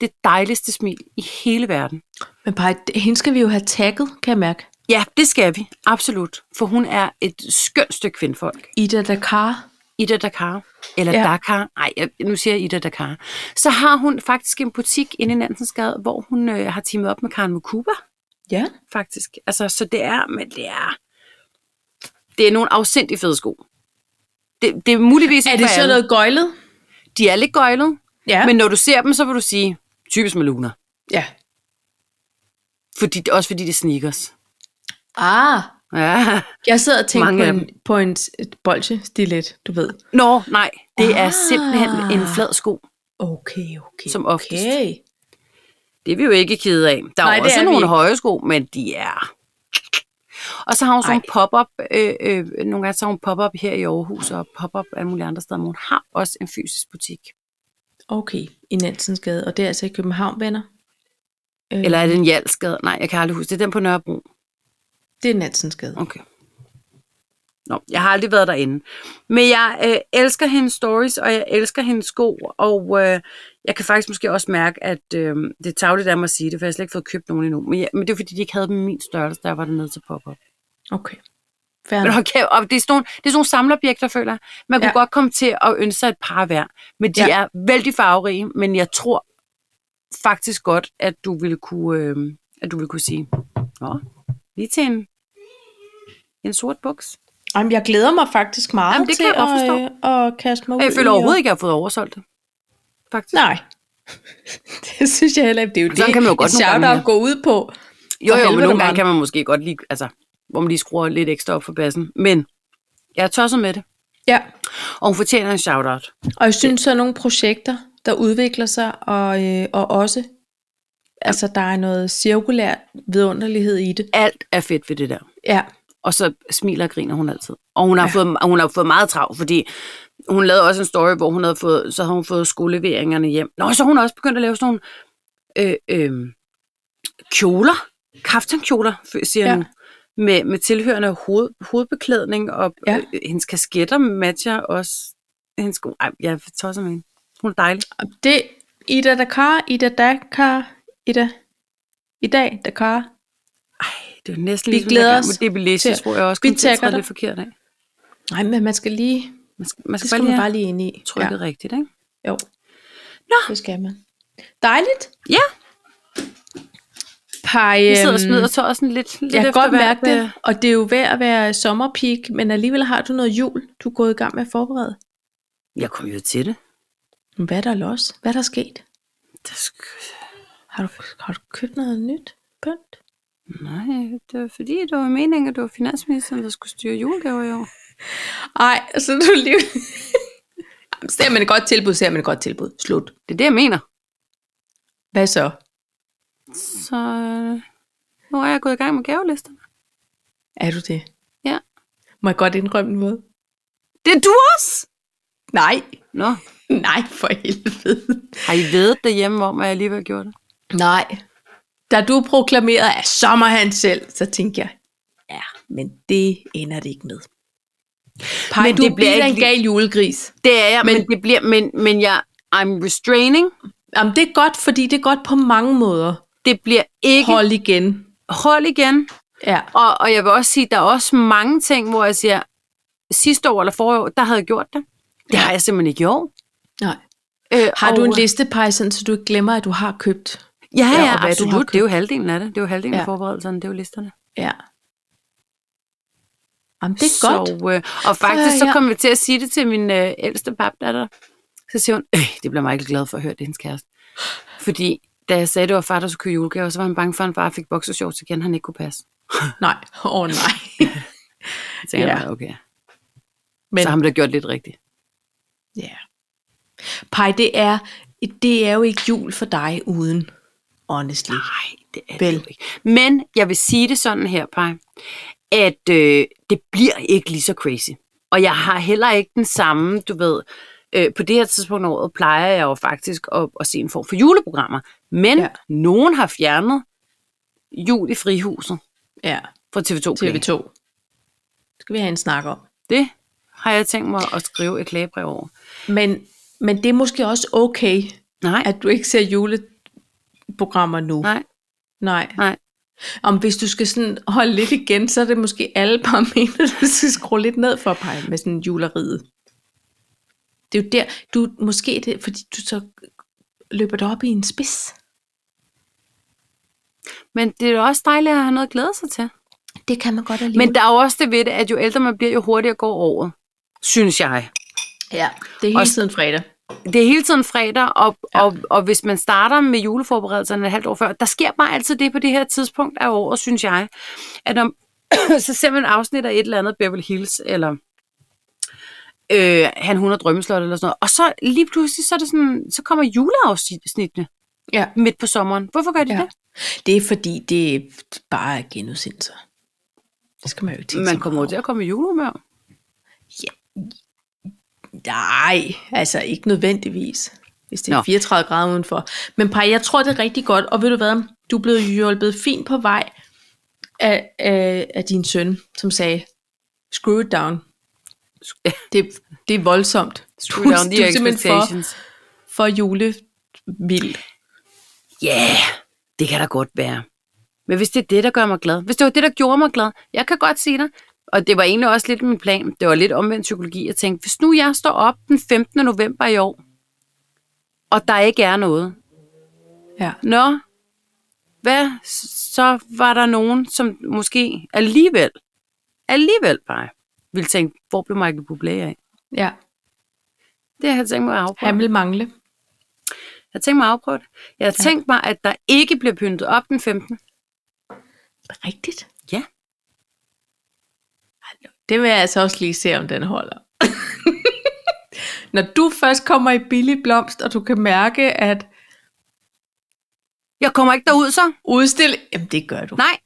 Speaker 2: det dejligste smil i hele verden.
Speaker 1: Men Paj, det- hende skal vi jo have tagget, kan jeg mærke.
Speaker 2: Ja, det skal vi. Absolut. For hun er et skønt stykke kvindfolk.
Speaker 1: Ida Dakar.
Speaker 2: Ida Dakar. Eller
Speaker 1: Ja.
Speaker 2: ja. Dakar. Nej, nu siger jeg Ida Dakar. Så har hun faktisk en butik inde i Nansensgade, hvor hun øh, har teamet op med Karen Mukuba,
Speaker 1: Ja.
Speaker 2: faktisk. Altså, så det er, men det er, det er nogle afsindig fede sko. Det, det er muligvis
Speaker 1: Er
Speaker 2: ikke
Speaker 1: det
Speaker 2: for
Speaker 1: så
Speaker 2: alle.
Speaker 1: noget gøjlet?
Speaker 2: De er lidt gøjlede,
Speaker 1: Ja.
Speaker 2: ja. men når du ser dem, så vil du sige, typisk med Luna.
Speaker 1: ja.
Speaker 2: Fordi, også fordi det er sneakers.
Speaker 1: Ah,
Speaker 2: Ja.
Speaker 1: jeg sidder og tænker
Speaker 2: Mange
Speaker 1: på
Speaker 2: af
Speaker 1: en, på en s- et bolsje-stilet, du ved.
Speaker 2: Nå, nej, det er
Speaker 1: Ah.
Speaker 2: simpelthen en flad sko.
Speaker 1: Okay, okay.
Speaker 2: Som oftest.
Speaker 1: Okay.
Speaker 2: Det er vi jo ikke kede af. Der
Speaker 1: Nej,
Speaker 2: Nej, er
Speaker 1: det
Speaker 2: også
Speaker 1: er vi
Speaker 2: er nogle
Speaker 1: ikke.
Speaker 2: høje sko, men de er... Og så har hun sådan
Speaker 1: Ej.
Speaker 2: nogle pop-up, øh, øh, nogle gange så har hun pop-up her i Aarhus, og pop-up alle mulige andre steder, men hun har også en fysisk butik.
Speaker 1: Okay, i Nansensgade, og det er altså i København, venner? Øh,
Speaker 2: Eller er det en Jalsgade? Nej, jeg kan aldrig huske. Det er den på Nørrebro.
Speaker 1: Det er Nansensgade.
Speaker 2: Okay. Nå, jeg har aldrig været derinde. Men jeg øh, elsker hendes stories, og jeg elsker hendes sko, og øh, jeg kan faktisk måske også mærke, at øh, det er tageligt af mig at sige det, for jeg har slet ikke fået købt nogen endnu. Men, jeg, men det er fordi, de ikke havde dem i min størrelse, der var dernede til pop-up.
Speaker 1: Okay. Fair
Speaker 2: Men
Speaker 1: nok.
Speaker 2: hold kæft, og det er sådan nogle, det er sådan nogle samlerobjekter, føler jeg. Man kunne
Speaker 1: Ja.
Speaker 2: ja. godt komme til at ønske sig et par hver. Men de
Speaker 1: Ja.
Speaker 2: ja. er vældig farverige, men jeg tror faktisk godt, at du ville kunne, øh, at du ville kunne sige, Nå, lige til en, en sort buks.
Speaker 1: Jamen, jeg glæder mig faktisk meget
Speaker 2: Jamen, det
Speaker 1: til
Speaker 2: kan jeg godt
Speaker 1: at, øh, at kaste mig ud
Speaker 2: Og jeg føler
Speaker 1: i at-
Speaker 2: overhovedet ikke, at jeg har fået oversolgt det. Faktisk.
Speaker 1: Nej. det synes jeg heller ikke. Det er jo
Speaker 2: Sådan
Speaker 1: det,
Speaker 2: kan man jo godt
Speaker 1: et
Speaker 2: nogle gange,
Speaker 1: shout-out
Speaker 2: ja.
Speaker 1: går ud på.
Speaker 2: Jo,
Speaker 1: For
Speaker 2: jo,
Speaker 1: helvede,
Speaker 2: men nogle
Speaker 1: mand.
Speaker 2: gange kan man måske godt lige, altså, hvor man lige skruer lidt ekstra op for bassen. Men jeg er tosset med det,
Speaker 1: Ja,
Speaker 2: og hun fortjener en shout-out.
Speaker 1: og jeg synes, så er nogle projekter, der udvikler sig, og, øh, og også, altså, der er noget cirkulær vidunderlighed i det.
Speaker 2: Alt er fedt ved det der.
Speaker 1: Ja,
Speaker 2: Og så smiler og griner hun altid. Og hun har,
Speaker 1: Ja.
Speaker 2: ja. fået, og hun har fået meget travlt, fordi hun lavede også en story, hvor hun havde fået, så havde hun fået skoleleveringerne hjem. Nå, så har hun også begyndt at lave sådan nogle øh, øh, kjoler, kaftankjoler, f- siger
Speaker 1: Ja.
Speaker 2: ja. hun, med, med tilhørende hoved, hovedbeklædning, og
Speaker 1: Ja.
Speaker 2: ja. øh, hendes kasketter matcher også hendes sko. Ej, jeg er tosset med hende. Hun er dejlig.
Speaker 1: og det, Ida Dakar, Ida Dakar, Ida, i dag Dakar.
Speaker 2: Det er næsten
Speaker 1: Vi
Speaker 2: ligesom
Speaker 1: glæder
Speaker 2: jeg
Speaker 1: os
Speaker 2: med det belæst,
Speaker 1: til-
Speaker 2: jeg tror jeg også
Speaker 1: vi
Speaker 2: kom til at
Speaker 1: tagger
Speaker 2: træde
Speaker 1: dig.
Speaker 2: lidt forkert af.
Speaker 1: Nej, men man skal lige,
Speaker 2: Man skal, man
Speaker 1: det
Speaker 2: skal,
Speaker 1: skal
Speaker 2: bare
Speaker 1: man
Speaker 2: lige
Speaker 1: bare
Speaker 2: have
Speaker 1: lige ind i.
Speaker 2: trykket ja. rigtigt, ikke?
Speaker 1: Jo.
Speaker 2: Nå.
Speaker 1: Det skal man. Dejligt.
Speaker 2: Ja,
Speaker 1: Pej,
Speaker 2: vi sidder og
Speaker 1: øhm,
Speaker 2: smider tøjet sådan lidt, lidt
Speaker 1: Jeg kan
Speaker 2: efter
Speaker 1: godt
Speaker 2: hvert,
Speaker 1: mærke
Speaker 2: øh,
Speaker 1: det, og det er jo ved at være sommerpeak, men alligevel har du noget jul, du er gået i gang med at forberede.
Speaker 2: Jeg kom jo til det.
Speaker 1: Men Hvad er der los? Hvad er der sket?
Speaker 2: Der sk-
Speaker 1: Har du, har du købt noget nyt? Pynt?
Speaker 2: Nej, det var fordi, det var meningen, at det var finansministeren, der skulle styre julegaver i år.
Speaker 1: Ej, så du lige... ser man et godt tilbud, ser man et godt tilbud. Slut.
Speaker 2: Det er det, jeg mener.
Speaker 1: Hvad så?
Speaker 2: Så øh, nu er jeg gået i gang med gavelisterne.
Speaker 1: Er du det?
Speaker 2: Ja.
Speaker 1: Må jeg godt indrømme noget?
Speaker 2: Det er du også!
Speaker 1: Nej.
Speaker 2: Nå,
Speaker 1: Nej, for helvede.
Speaker 2: har I vedet derhjemme om, at jeg alligevel gjorde det?
Speaker 1: Nej. Da du proklamerede, at så må han selv, så tænkte jeg, ja, men det ender det ikke med. Pej, men
Speaker 2: Men
Speaker 1: du
Speaker 2: det
Speaker 1: det
Speaker 2: bliver
Speaker 1: bliver en
Speaker 2: ikke
Speaker 1: gal julegris.
Speaker 2: Det er jeg, men,
Speaker 1: Men-
Speaker 2: men det bliver... Men, men jeg... I'm restraining.
Speaker 1: Jamen, det er godt, fordi det er godt på mange måder.
Speaker 2: Det bliver ikke... Hold,
Speaker 1: Hold igen.
Speaker 2: hold igen.
Speaker 1: Ja.
Speaker 2: Og, og jeg vil også sige, der er også mange ting, hvor jeg siger, sidste år eller forrige år, der havde jeg gjort det. Det har jeg simpelthen ikke i år.
Speaker 1: Nej.
Speaker 2: Øh,
Speaker 1: Har du
Speaker 2: og-
Speaker 1: en liste, Paj, sådan, så du ikke glemmer, at du har købt?
Speaker 2: Ja,
Speaker 1: Ja,
Speaker 2: ja,
Speaker 1: og
Speaker 2: ja
Speaker 1: hvad du har
Speaker 2: absolut. Det er jo halvdelen af det. Det er jo halvdelen ja.
Speaker 1: Ja.
Speaker 2: af forberedelserne. Det er jo listerne.
Speaker 1: Ja. Jamen, det er så... godt.
Speaker 2: Så, øh, og faktisk
Speaker 1: Øh,
Speaker 2: øh, ja.
Speaker 1: ja.
Speaker 2: så kom jeg til at sige det til min øh, ældste papdatter. Så siger hun, øh, det bliver Michael glad for at høre, det er hendes kæreste. Fordi da jeg sagde, det var far, der skulle købe julegaver, så var han bange for, at han bare fik boxershorts igen, han ikke kunne passe.
Speaker 1: Nej. Åh, oh, nej.
Speaker 2: Så tænkte
Speaker 1: Ja.
Speaker 2: jeg, bare, okay. Men.
Speaker 1: Men-
Speaker 2: Så har han da gjort lidt rigtigt.
Speaker 1: Ja. Pej, det er, det er jo ikke jul for dig uden, honestly.
Speaker 2: Nej, det er
Speaker 1: Vel.
Speaker 2: det jo ikke. Men jeg vil sige det sådan her, Paj, at øh, det bliver ikke lige så crazy. Og jeg har heller ikke den samme, du ved, øh, på det her tidspunkt af året plejer jeg jo faktisk at, at se en form for juleprogrammer. Men
Speaker 1: Ja.
Speaker 2: ja. nogen har fjernet jul i frihuset
Speaker 1: Ja.
Speaker 2: fra TV2 Play.
Speaker 1: TV2. Det skal vi have en snak om.
Speaker 2: Det har jeg tænkt mig at skrive et klagebrev over.
Speaker 1: Men, men det er måske også okay,
Speaker 2: Nej,
Speaker 1: at du ikke ser juleprogrammer nu.
Speaker 2: nej,
Speaker 1: Nej.
Speaker 2: nej.
Speaker 1: Om hvis du skal sådan holde lidt igen, så er det måske alle parametre, du skal skrue lidt ned for pege med sådan juleriet. Det er jo der, du måske er det, fordi du så løber det op i en spids.
Speaker 2: Men det er da også dejligt at have noget at glæde sig til.
Speaker 1: Det kan man godt alligevel.
Speaker 2: Men der er jo også det ved det, at jo ældre man bliver, jo hurtigere går året. Synes jeg.
Speaker 1: ja, det er hele
Speaker 2: Også-
Speaker 1: tiden fredag.
Speaker 2: det er hele tiden fredag, og, ja. og, og hvis man starter med juleforberedelserne et halvt år før, der sker bare altid det på det her tidspunkt af året, synes jeg, at om, så ser man afsnit af et eller andet Beverly Hills, eller øh, Han, Hun og Drømmeslot, eller sådan noget, og så lige pludselig, så, er det sådan, så kommer juleafsnittene
Speaker 1: Ja.
Speaker 2: midt på sommeren. Hvorfor gør de
Speaker 1: ja.
Speaker 2: det?
Speaker 1: Det er fordi, det er bare er genudsendelser. Det skal man jo ikke tænke så
Speaker 2: Man
Speaker 1: meget
Speaker 2: kommer jo
Speaker 1: over.
Speaker 2: til at komme i julehumør.
Speaker 1: Nej, altså ikke nødvendigvis, hvis det er
Speaker 2: Nå.
Speaker 1: 34 grader udenfor. Men Paj, jeg tror, det er rigtig godt, og ved du hvad, du er blevet hjulpet fint på vej af, af, af din søn, som sagde, screw it down. Det, det er voldsomt.
Speaker 2: Screw
Speaker 1: Du-
Speaker 2: down
Speaker 1: du
Speaker 2: the
Speaker 1: er simpelthen for,
Speaker 2: expectations.
Speaker 1: for julevild.
Speaker 2: Ja, yeah, det kan da godt være. Men hvis det er det, der gør mig glad. Hvis det var det, der gjorde mig glad. Jeg kan godt sige dig. Og det var egentlig også lidt min plan. Det var lidt omvendt psykologi. Jeg tænkte, hvis nu jeg står op den 15. november i år, og der ikke er noget.
Speaker 1: Ja.
Speaker 2: Nå, hvad? Så var der nogen, som måske alligevel, alligevel bare ville tænke, hvor blev Michael Bublé af?
Speaker 1: ja.
Speaker 2: Det har jeg tænkt mig at afprøve.
Speaker 1: Han vil mangle.
Speaker 2: Jeg har tænkt mig at afprøve det. Jeg har ja. tænkt mig, at der ikke bliver pyntet op den 15.
Speaker 1: Rigtigt?
Speaker 2: Ja.
Speaker 1: Ej, nå, Det vil jeg altså også lige se, om den holder. Når du først kommer i billig blomst, og du kan mærke, at
Speaker 2: Jeg kommer ikke derud så.
Speaker 1: udstille... Jamen, det gør du.
Speaker 2: Nej.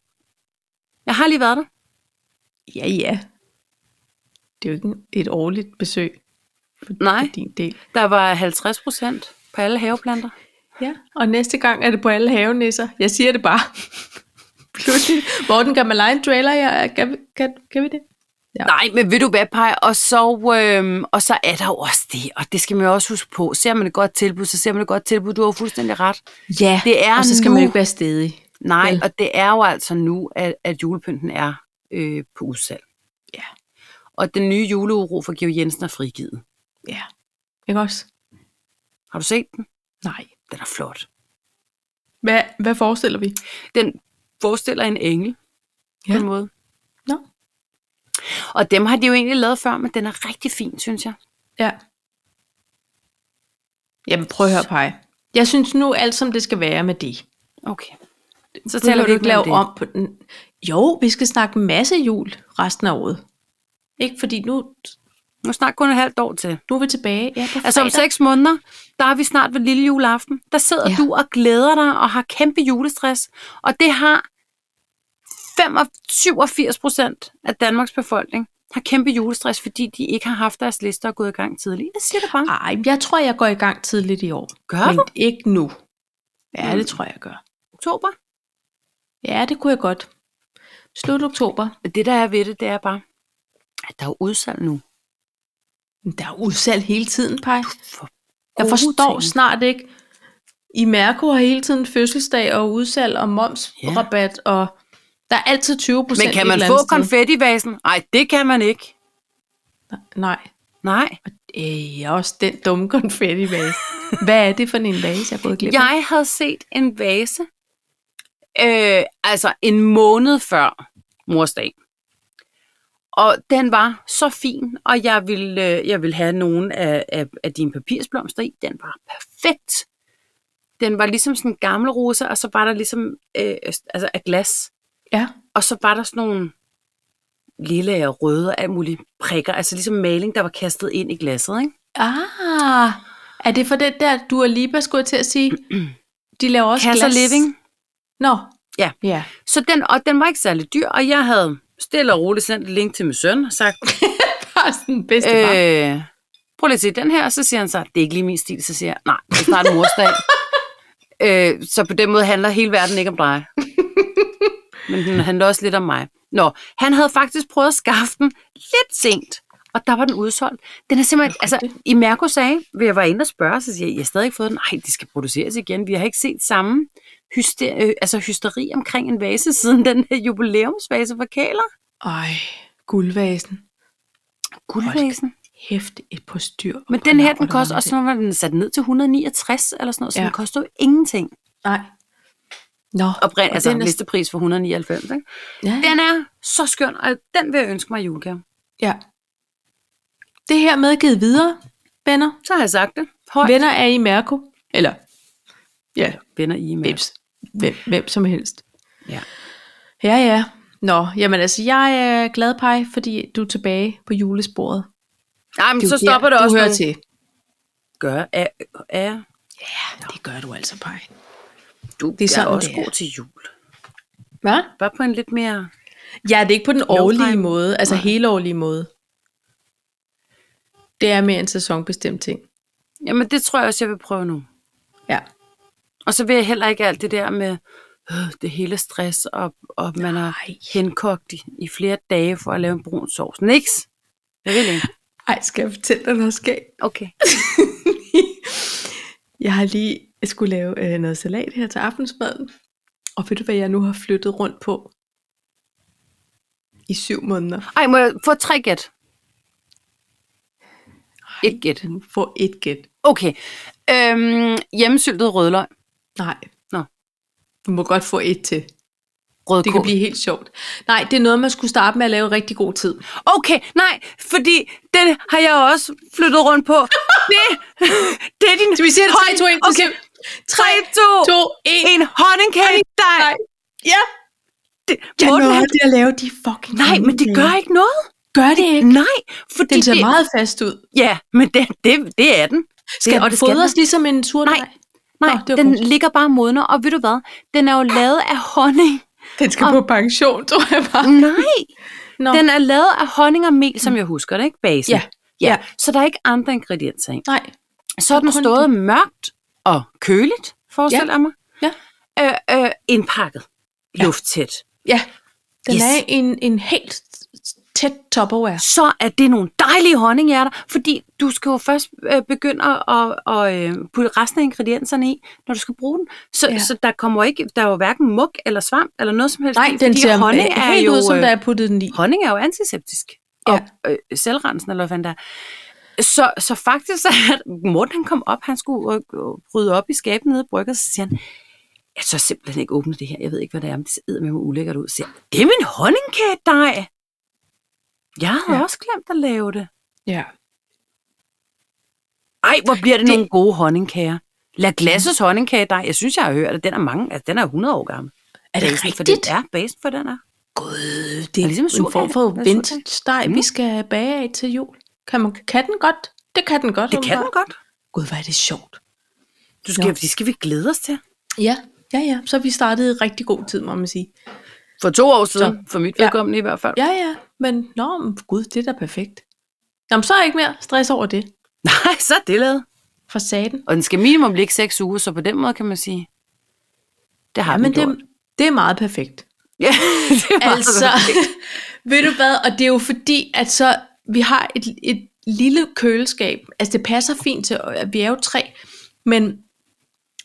Speaker 2: Jeg har lige været der.
Speaker 1: Ja, ja. Det er jo ikke en- et årligt besøg
Speaker 2: Nej,
Speaker 1: for din del.
Speaker 2: der var 50 procent på alle haveplanter.
Speaker 1: Ja, og næste gang er det på alle havenisser. Jeg siger det bare. Pludselig. Morten, kan man lege en trailer? Ja, kan, vi- kan, kan vi det? Ja.
Speaker 2: Nej, men ved du hvad, Paj? Og så, øhm, og så er der jo også det, og det skal man jo også huske på. Ser man et godt tilbud, så ser man et godt tilbud. Du har jo fuldstændig ret.
Speaker 1: Ja,
Speaker 2: Det er
Speaker 1: og så skal
Speaker 2: nu.
Speaker 1: man jo ikke være stedig.
Speaker 2: Nej,
Speaker 1: Vel.
Speaker 2: og det er jo altså nu, at, at julepynten er øh, på udsalg.
Speaker 1: Ja.
Speaker 2: Og den nye juleuro for Georg Jensen er frigivet.
Speaker 1: Ja. Ikke også?
Speaker 2: Har du set den?
Speaker 1: Nej.
Speaker 2: Den er flot.
Speaker 1: Hvad, hvad forestiller vi?
Speaker 2: Den forestiller en engel ja.
Speaker 1: Ja.
Speaker 2: på en måde.
Speaker 1: Nå.
Speaker 2: Og dem har de jo egentlig lavet før, men den er rigtig fin, synes jeg.
Speaker 1: Ja. Jamen prøv at høre, Paj. Jeg synes nu alt, som det skal være med det.
Speaker 2: Okay. Så
Speaker 1: Så taler
Speaker 2: taler
Speaker 1: du
Speaker 2: vi
Speaker 1: ikke
Speaker 2: ikke om
Speaker 1: lave
Speaker 2: det.
Speaker 1: om på den. Jo, vi skal snakke en masse jul resten af året. Ikke fordi nu,
Speaker 2: Nu snakker kun et halvt år til.
Speaker 1: nu er vi tilbage. Ja, på
Speaker 2: Altså om
Speaker 1: fredag.
Speaker 2: seks måneder, der er vi snart ved lille juleaften. Der sidder
Speaker 1: Ja.
Speaker 2: ja. du og glæder dig og har kæmpe julestress. Og det har 85 procent af Danmarks befolkning har kæmpe julestress, fordi de ikke har haft deres lister og gået i gang tidligt. Jeg siger det bare.
Speaker 1: Ej, jeg tror, jeg går i gang tidligt i år.
Speaker 2: Ah, Gør
Speaker 1: men
Speaker 2: du?
Speaker 1: ikke nu. Ja,
Speaker 2: Mm.
Speaker 1: det tror jeg, jeg gør.
Speaker 2: Oktober.
Speaker 1: Ja, det kunne jeg godt. Slut oktober.
Speaker 2: Det der er ved det, det er bare, at der er jo udsalg nu.
Speaker 1: Men Der er udsalg hele tiden, Paj.
Speaker 2: For
Speaker 1: Jeg
Speaker 2: gode
Speaker 1: forstår
Speaker 2: ting.
Speaker 1: snart ikke. I Mærko har hele tiden fødselsdag og udsalg og momsrabat, og der er altid 20 procent.
Speaker 2: Men kan man få konfettivasen? Nej, det kan man ikke.
Speaker 1: Nej.
Speaker 2: Nej.
Speaker 1: Øh, også den dumme konfettivase. Hvad er det for en vase, jeg er gået glip af?
Speaker 2: Jeg havde set en vase, øh, altså en måned før morsdag. Og den var så fin, og jeg ville, øh, jeg ville have nogle af, af, af dine papirsblomster i. Den var perfekt. Den var ligesom sådan en gammel rosa, og så var der ligesom øh, altså af glas.
Speaker 1: Ja.
Speaker 2: Og så var der sådan nogle lille og røde og alt muligt prikker. Altså ligesom maling, der var kastet ind i glasset, ikke?
Speaker 1: Ah, er det for den der Dua Lipa, skulle jeg til at sige? De laver også
Speaker 2: Kasser
Speaker 1: glas.
Speaker 2: Living.
Speaker 1: Nå.
Speaker 2: Ja.
Speaker 1: Ja.
Speaker 2: Så den, og den var ikke særlig dyr, og jeg havde stille og roligt sendt et link til min søn og sagt,
Speaker 1: Bare sådan den bedste øh.
Speaker 2: øh, prøv lige at se den her, og så siger han så, det er ikke lige min stil, så siger jeg, nej, det er snart morsdag. øh, så på den måde handler hele verden ikke om dig. Men den handler også lidt om mig. Nå, han havde faktisk prøvet at skaffe den lidt sent, og der var den udsolgt. Den er simpelthen,
Speaker 1: Nå, det er
Speaker 2: altså, i Mærko sagde, vil jeg var inde og spørge, så siger jeg, jeg har stadig ikke fået den. Nej, de skal produceres igen. Vi har ikke set samme hysteri, øh, altså hysteri omkring en vase, siden den her jubilæumsvase for kæler.
Speaker 1: Ej, guldvasen.
Speaker 2: Guldvasen.
Speaker 1: Hæft et på styr.
Speaker 2: Men den her, den koster, og så var den sat ned til 169 eller sådan noget, så
Speaker 1: Ja.
Speaker 2: ja. den koster jo ingenting.
Speaker 1: Nej. Nå.
Speaker 2: Oprin, altså
Speaker 1: den er-
Speaker 2: listepris for 199, ikke?
Speaker 1: ja.
Speaker 2: Den er så skøn, og den vil jeg ønske mig i julegave.
Speaker 1: Ja. Det her med givet videre, venner.
Speaker 2: Så har jeg sagt det. Højt
Speaker 1: Venner er i Mærko. Eller, ja,
Speaker 2: venner i med.
Speaker 1: hvem, hvem, hvem som helst.
Speaker 2: Ja.
Speaker 1: Ja, ja. Nå, jamen altså, jeg er glad, Paj, fordi du er tilbage på julesporet.
Speaker 2: Nej, men
Speaker 1: Det er
Speaker 2: så
Speaker 1: jo
Speaker 2: stopper
Speaker 1: der,
Speaker 2: det også
Speaker 1: du hører
Speaker 2: nogle-
Speaker 1: til.
Speaker 2: Gør af, af.
Speaker 1: Ja, det gør du altså, Paj.
Speaker 2: Du
Speaker 1: Det er
Speaker 2: er
Speaker 1: sådan,
Speaker 2: også
Speaker 1: det er.
Speaker 2: god til jul.
Speaker 1: Hvad?
Speaker 2: Bare på en lidt mere...
Speaker 1: Ja, det er ikke på den årlige
Speaker 2: time.
Speaker 1: måde, altså
Speaker 2: Nej.
Speaker 1: hele årlige måde. Det er mere en sæsonbestemt ting.
Speaker 2: Jamen, det tror jeg også, jeg vil prøve nu.
Speaker 1: Ja.
Speaker 2: Og så vil jeg heller ikke alt det der med øh, det hele stress, og, og man er
Speaker 1: Nej.
Speaker 2: henkogt i, i flere dage for at lave en brun sovs. Niks! Jeg vil ikke.
Speaker 1: Ej, skal jeg fortælle dig noget skægt?
Speaker 2: Okay.
Speaker 1: Jeg har lige jeg skulle lave øh, noget salat her til aftensmaden. Og ved du, hvad jeg nu har flyttet rundt på? I syv måneder.
Speaker 2: Ej, må jeg få tre gæt? Et gæt.
Speaker 1: Du får et gæt.
Speaker 2: Okay. Øhm, hjemmesyltet rødløg.
Speaker 1: Nej.
Speaker 2: Nå.
Speaker 1: Du må godt få et til.
Speaker 2: Rødkål.
Speaker 1: Det kan blive helt sjovt. Nej, det er noget, man skulle starte med at lave i rigtig god tid.
Speaker 2: Okay, nej, fordi den har jeg også flyttet rundt på. det, det er din...
Speaker 1: Så vi siger det 3, 2, 1.
Speaker 2: Okay,
Speaker 1: 3,
Speaker 2: 3, 2,
Speaker 1: 2, 1.
Speaker 2: en honningkage dig.
Speaker 1: Nej. Ja.
Speaker 2: Det,
Speaker 1: Jeg
Speaker 2: Morten,
Speaker 1: nåede
Speaker 2: han,
Speaker 1: det at lave de fucking
Speaker 2: nej, men det gør ikke noget.
Speaker 1: Gør det ikke.
Speaker 2: Nej, fordi
Speaker 1: Den ser
Speaker 2: det,
Speaker 1: meget fast ud.
Speaker 2: Ja, men det, det, det er den.
Speaker 1: Skal
Speaker 2: og
Speaker 1: den
Speaker 2: det skal
Speaker 1: fodres ligesom en surdej?
Speaker 2: Nej. Nej,
Speaker 1: Nå, det var
Speaker 2: den
Speaker 1: godt.
Speaker 2: ligger bare og modner, og ved du hvad? Den er jo lavet af honning.
Speaker 1: Den skal på pension, tror jeg bare.
Speaker 2: Nej,
Speaker 1: Nå.
Speaker 2: den er lavet af honning og mel, som jeg husker det, ikke? Basen.
Speaker 1: Ja, ja.
Speaker 2: ja. Så der er ikke andre ingredienser i.
Speaker 1: Nej.
Speaker 2: Så har den
Speaker 1: kun
Speaker 2: stået mørkt og køligt, forestiller jeg mig.
Speaker 1: Ja.
Speaker 2: Øh, øh, indpakket. Lufttæt.
Speaker 1: Ja. Den
Speaker 2: Yes.
Speaker 1: er en, en helt tæt topperware.
Speaker 2: Så er det nogle dejlige honninghjerter, fordi du skal jo først øh, begynde at, at, at øh, putte resten af ingredienserne i, når du skal bruge den. Så,
Speaker 1: Ja.
Speaker 2: ja. så der kommer ikke, der er jo hverken mug eller svamp eller noget som helst.
Speaker 1: Nej,
Speaker 2: i,
Speaker 1: den
Speaker 2: fordi
Speaker 1: ser
Speaker 2: honning
Speaker 1: øh,
Speaker 2: er
Speaker 1: helt
Speaker 2: jo,
Speaker 1: ud, som
Speaker 2: øh,
Speaker 1: der er puttet den i.
Speaker 2: honning er jo antiseptisk.
Speaker 1: Ja.
Speaker 2: Ja. Og øh, selvrensende, eller hvad fanden der er. så, så faktisk, så at Morten han kom op, han skulle øh, rydde op i skabet nede i brygget, så siger han, jeg tør simpelthen ikke åbne det her, jeg ved ikke, hvad det er, men det ser med mig ulækkert ud. Så siger, han, det er min honningkagedej. Jeg havde
Speaker 1: Ja.
Speaker 2: ja. også glemt at lave det.
Speaker 1: Ja.
Speaker 2: Ej, hvor bliver det, Mm.
Speaker 1: Det-
Speaker 2: det... nogle gode honningkager. La Glasses honningkagedej, jeg synes, jeg har hørt, at den er mange, altså den er 100 år gammel.
Speaker 1: Er det
Speaker 2: Basen for den
Speaker 1: rigtigt?
Speaker 2: er, basen for den er.
Speaker 1: Gud, det er,
Speaker 2: er ligesom
Speaker 1: en
Speaker 2: surdej.
Speaker 1: form for
Speaker 2: Det er
Speaker 1: vintage dej, vi
Speaker 2: Mm.
Speaker 1: skal bage af til jul. Kan, man, kan den godt? Det kan den godt.
Speaker 2: Det kan den
Speaker 1: åbenbart.
Speaker 2: godt.
Speaker 1: Gud, hvor er det sjovt.
Speaker 2: Du
Speaker 1: Nå.
Speaker 2: skal, det skal vi glæde os til.
Speaker 1: Ja, ja, ja. Så er vi startede i rigtig god tid, må man sige.
Speaker 2: For to år siden, så. for mit
Speaker 1: Ja.
Speaker 2: vedkommende ja. i hvert fald.
Speaker 1: Ja, ja. Men, nå, men gud, det er da perfekt. Jamen, så er jeg ikke mere stress over det.
Speaker 2: Nej, så er det lavet.
Speaker 1: For saten.
Speaker 2: Og den skal minimum ligge seks uger, så på den måde kan man sige, det har
Speaker 1: Ja,
Speaker 2: den
Speaker 1: men
Speaker 2: gjort.
Speaker 1: det, det er meget perfekt.
Speaker 2: Ja, det var
Speaker 1: Altså, ved du hvad, og det er jo fordi, at så vi har et, et lille køleskab. Altså, det passer fint til, at vi er jo tre, men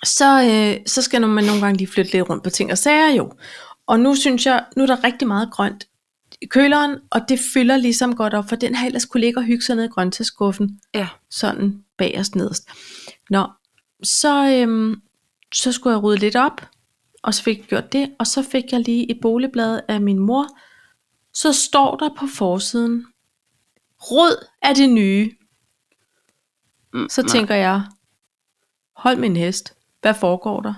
Speaker 1: så, øh, så skal man nogle gange lige flytte lidt rundt på ting og sager jo. Og nu synes jeg, nu er der rigtig meget grønt i køleren, og det fylder ligesom godt op, for den har ellers kunne ligge og hygge sig ned i grøntsagsskuffen,
Speaker 2: Ja.
Speaker 1: sådan bagerst nederst. Nå, så, øhm, så skulle jeg rydde lidt op, og så fik jeg gjort det, og så fik jeg lige et boligblad af min mor. Så står der på forsiden, rød er det nye.
Speaker 2: Mm,
Speaker 1: Så tænker jeg, hold min hest, hvad foregår der?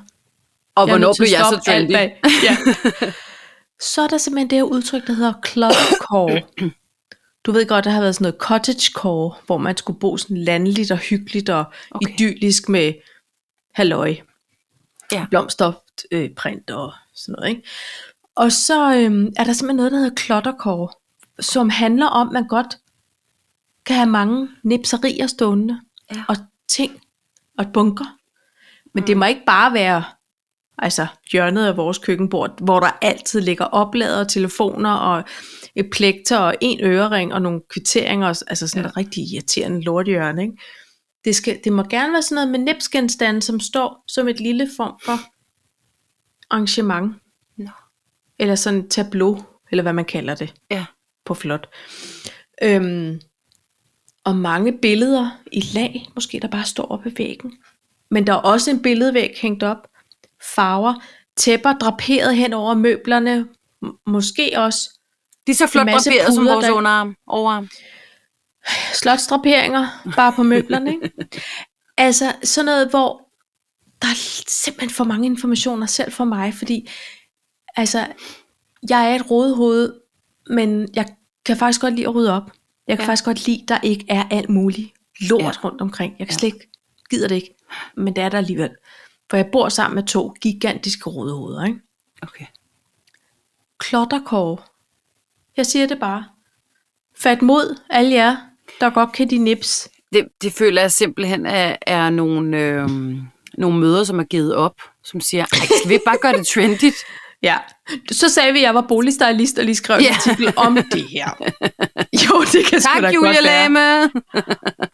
Speaker 2: Og
Speaker 1: Jeg er
Speaker 2: hvornår
Speaker 1: nødt til
Speaker 2: blev
Speaker 1: at
Speaker 2: jeg så
Speaker 1: stoppe alt
Speaker 2: trendy?
Speaker 1: bag- Ja. så er der simpelthen det her udtryk, der hedder clubcore. Du ved godt, der har været sådan noget cottagecore, hvor man skulle bo sådan landligt og hyggeligt og okay.
Speaker 2: Okay.
Speaker 1: idyllisk med halløj.
Speaker 2: Ja.
Speaker 1: Blomsterprint øh, print og sådan noget. Ikke? Og så øhm, er der simpelthen noget, der hedder klottercore, som handler om, at man godt kan have mange nipserier stående
Speaker 2: Ja.
Speaker 1: og ting og bunker. Men mm. det må ikke bare være altså hjørnet af vores køkkenbord, hvor der altid ligger oplader, telefoner og et plekter og en ørering og nogle kvitteringer, og s- altså sådan ja. et rigtig irriterende lortehjørne, ikke? Det, skal, det må gerne være sådan noget med næbsgenstande, som står som et lille form for arrangement,
Speaker 2: Nå.
Speaker 1: eller sådan et tableau, eller hvad man kalder det
Speaker 2: Ja.
Speaker 1: på flot. Øhm, og mange billeder i lag, måske der bare står oppe ved væggen. Men der er også en billedvæg hængt op. Farver, tæpper draperet hen over møblerne. M- måske også
Speaker 2: De er så flot
Speaker 1: En masse
Speaker 2: barberet som
Speaker 1: puder,
Speaker 2: vores
Speaker 1: der-
Speaker 2: underarm, overarm.
Speaker 1: slotsdraperinger bare på møblerne. Ikke? altså sådan noget, hvor der er simpelthen for mange informationer selv for mig, fordi altså, jeg er et rodehoved, men jeg kan faktisk godt lide at rydde op. Jeg kan ja.
Speaker 2: Ja.
Speaker 1: faktisk godt lide, der ikke er alt muligt lort ja.
Speaker 2: Ja.
Speaker 1: rundt omkring. Jeg kan ja.
Speaker 2: Ja.
Speaker 1: slet ikke, gider det ikke, men det er der alligevel. For jeg bor sammen med to gigantiske rodehoveder, ikke?
Speaker 2: Okay.
Speaker 1: klotterkår. Jeg siger det bare. Fat mod alle jer, der godt kan de nips.
Speaker 2: Det, det føler jeg simpelthen er, er nogle, øh, nogle møder, som er givet op, som siger, Ej, skal vi ikke bare gøre det trendigt?
Speaker 1: Ja, så sagde vi, at jeg var boligstylist og lige skrev en
Speaker 2: Ja.
Speaker 1: artikel om det her. Jo, det kan sgu da
Speaker 2: tak, Julia
Speaker 1: godt være.
Speaker 2: Lame!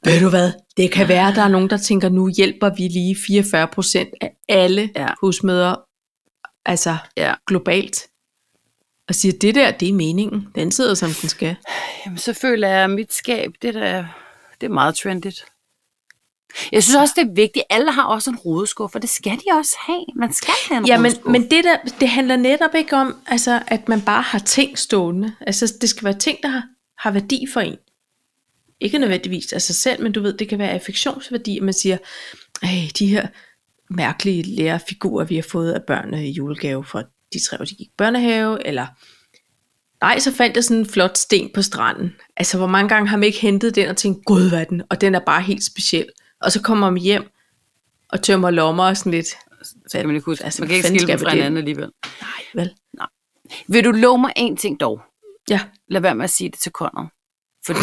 Speaker 1: Ved du hvad? Det kan være, at der er nogen, der tænker, nu hjælper vi lige 44 procent af alle ja.
Speaker 2: Ja.
Speaker 1: husmøder altså
Speaker 2: Ja.
Speaker 1: globalt, og siger, det der, det er meningen. Den sidder, som den skal.
Speaker 2: Jamen, så føler jeg, at mit skab, det, der, det er meget trendigt. Jeg synes også, det er vigtigt. Alle har også en rodeskuffe, og det skal de også have. Man skal have en
Speaker 1: Ja, men,
Speaker 2: rodeskuffe.
Speaker 1: men det der, det handler netop ikke om, altså, at man bare har ting stående. Altså, det skal være ting, der har, har værdi for en. Ikke nødvendigvis af sig selv, men du ved, det kan være affektionsværdi, at man siger, hey, de her mærkelige lærerfigurer, vi har fået af børnene i julegave fra de tre år, de gik i børnehave, eller nej, så fandt jeg sådan en flot sten på stranden. Altså, hvor mange gange har man ikke hentet den og tænkt, gud hvad er den, og den er bare helt speciel. Og så kommer man hjem og tømmer lommer og sådan lidt,
Speaker 2: Så kan man ikke huske.
Speaker 1: Altså,
Speaker 2: Altså, man kan ikke
Speaker 1: hvad fanden
Speaker 2: skille dem
Speaker 1: skal
Speaker 2: fra
Speaker 1: vi det?
Speaker 2: hinanden alligevel.
Speaker 1: nej vel,
Speaker 2: Vil du love mig en ting dog?
Speaker 1: ja.
Speaker 2: Lad være med at sige det til Conrad. Fordi,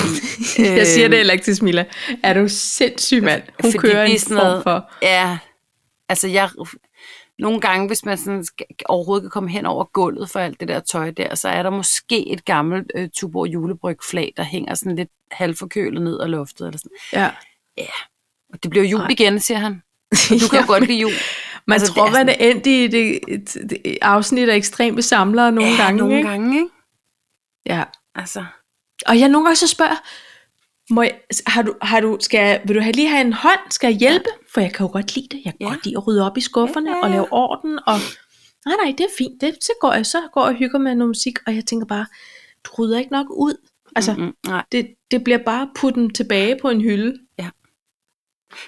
Speaker 1: Jeg siger
Speaker 2: øhm,
Speaker 1: det heller ikke til Smilla. Er du sindssyg, mand? Hun
Speaker 2: fordi
Speaker 1: kører
Speaker 2: det er
Speaker 1: en
Speaker 2: sådan
Speaker 1: form
Speaker 2: noget-
Speaker 1: for...
Speaker 2: øhm, Ja, altså jeg, nogle gange, hvis man sådan skal, overhovedet kan komme hen over gulvet for alt det der tøj der, så er der måske et gammelt øh, Tuborg julebryg flag, der hænger sådan lidt halvforkølet ned ad loftet. Eller sådan.
Speaker 1: Ja.
Speaker 2: Og det bliver jul
Speaker 1: Ej.
Speaker 2: igen, siger han. Og du kan jo
Speaker 1: Jamen,
Speaker 2: godt lide jul.
Speaker 1: Man altså,
Speaker 2: altså, det
Speaker 1: tror,
Speaker 2: er
Speaker 1: man er endt i det, et, det afsnit af ekstreme samlere nogle
Speaker 2: ja,
Speaker 1: gange.
Speaker 2: nogle
Speaker 1: ikke?
Speaker 2: gange, ikke?
Speaker 1: Ja.
Speaker 2: Altså,
Speaker 1: Og jeg nogle gange så spørger, må jeg, har du, har du, skal, jeg- vil du have, lige have en hånd? Skal jeg hjælpe? For jeg kan jo godt lide det. Jeg kan
Speaker 2: Ja.
Speaker 1: ja. godt lide at rydde op i skufferne
Speaker 2: Ja.
Speaker 1: ja. og lave orden. Og, nej, nej, det er fint. Det, så, går jeg, så går jeg og hygger med noget musik, og jeg tænker bare, du rydder ikke nok ud. Altså, mm-hmm.
Speaker 2: mm, nej.
Speaker 1: det, det bliver bare putten tilbage på en hylde.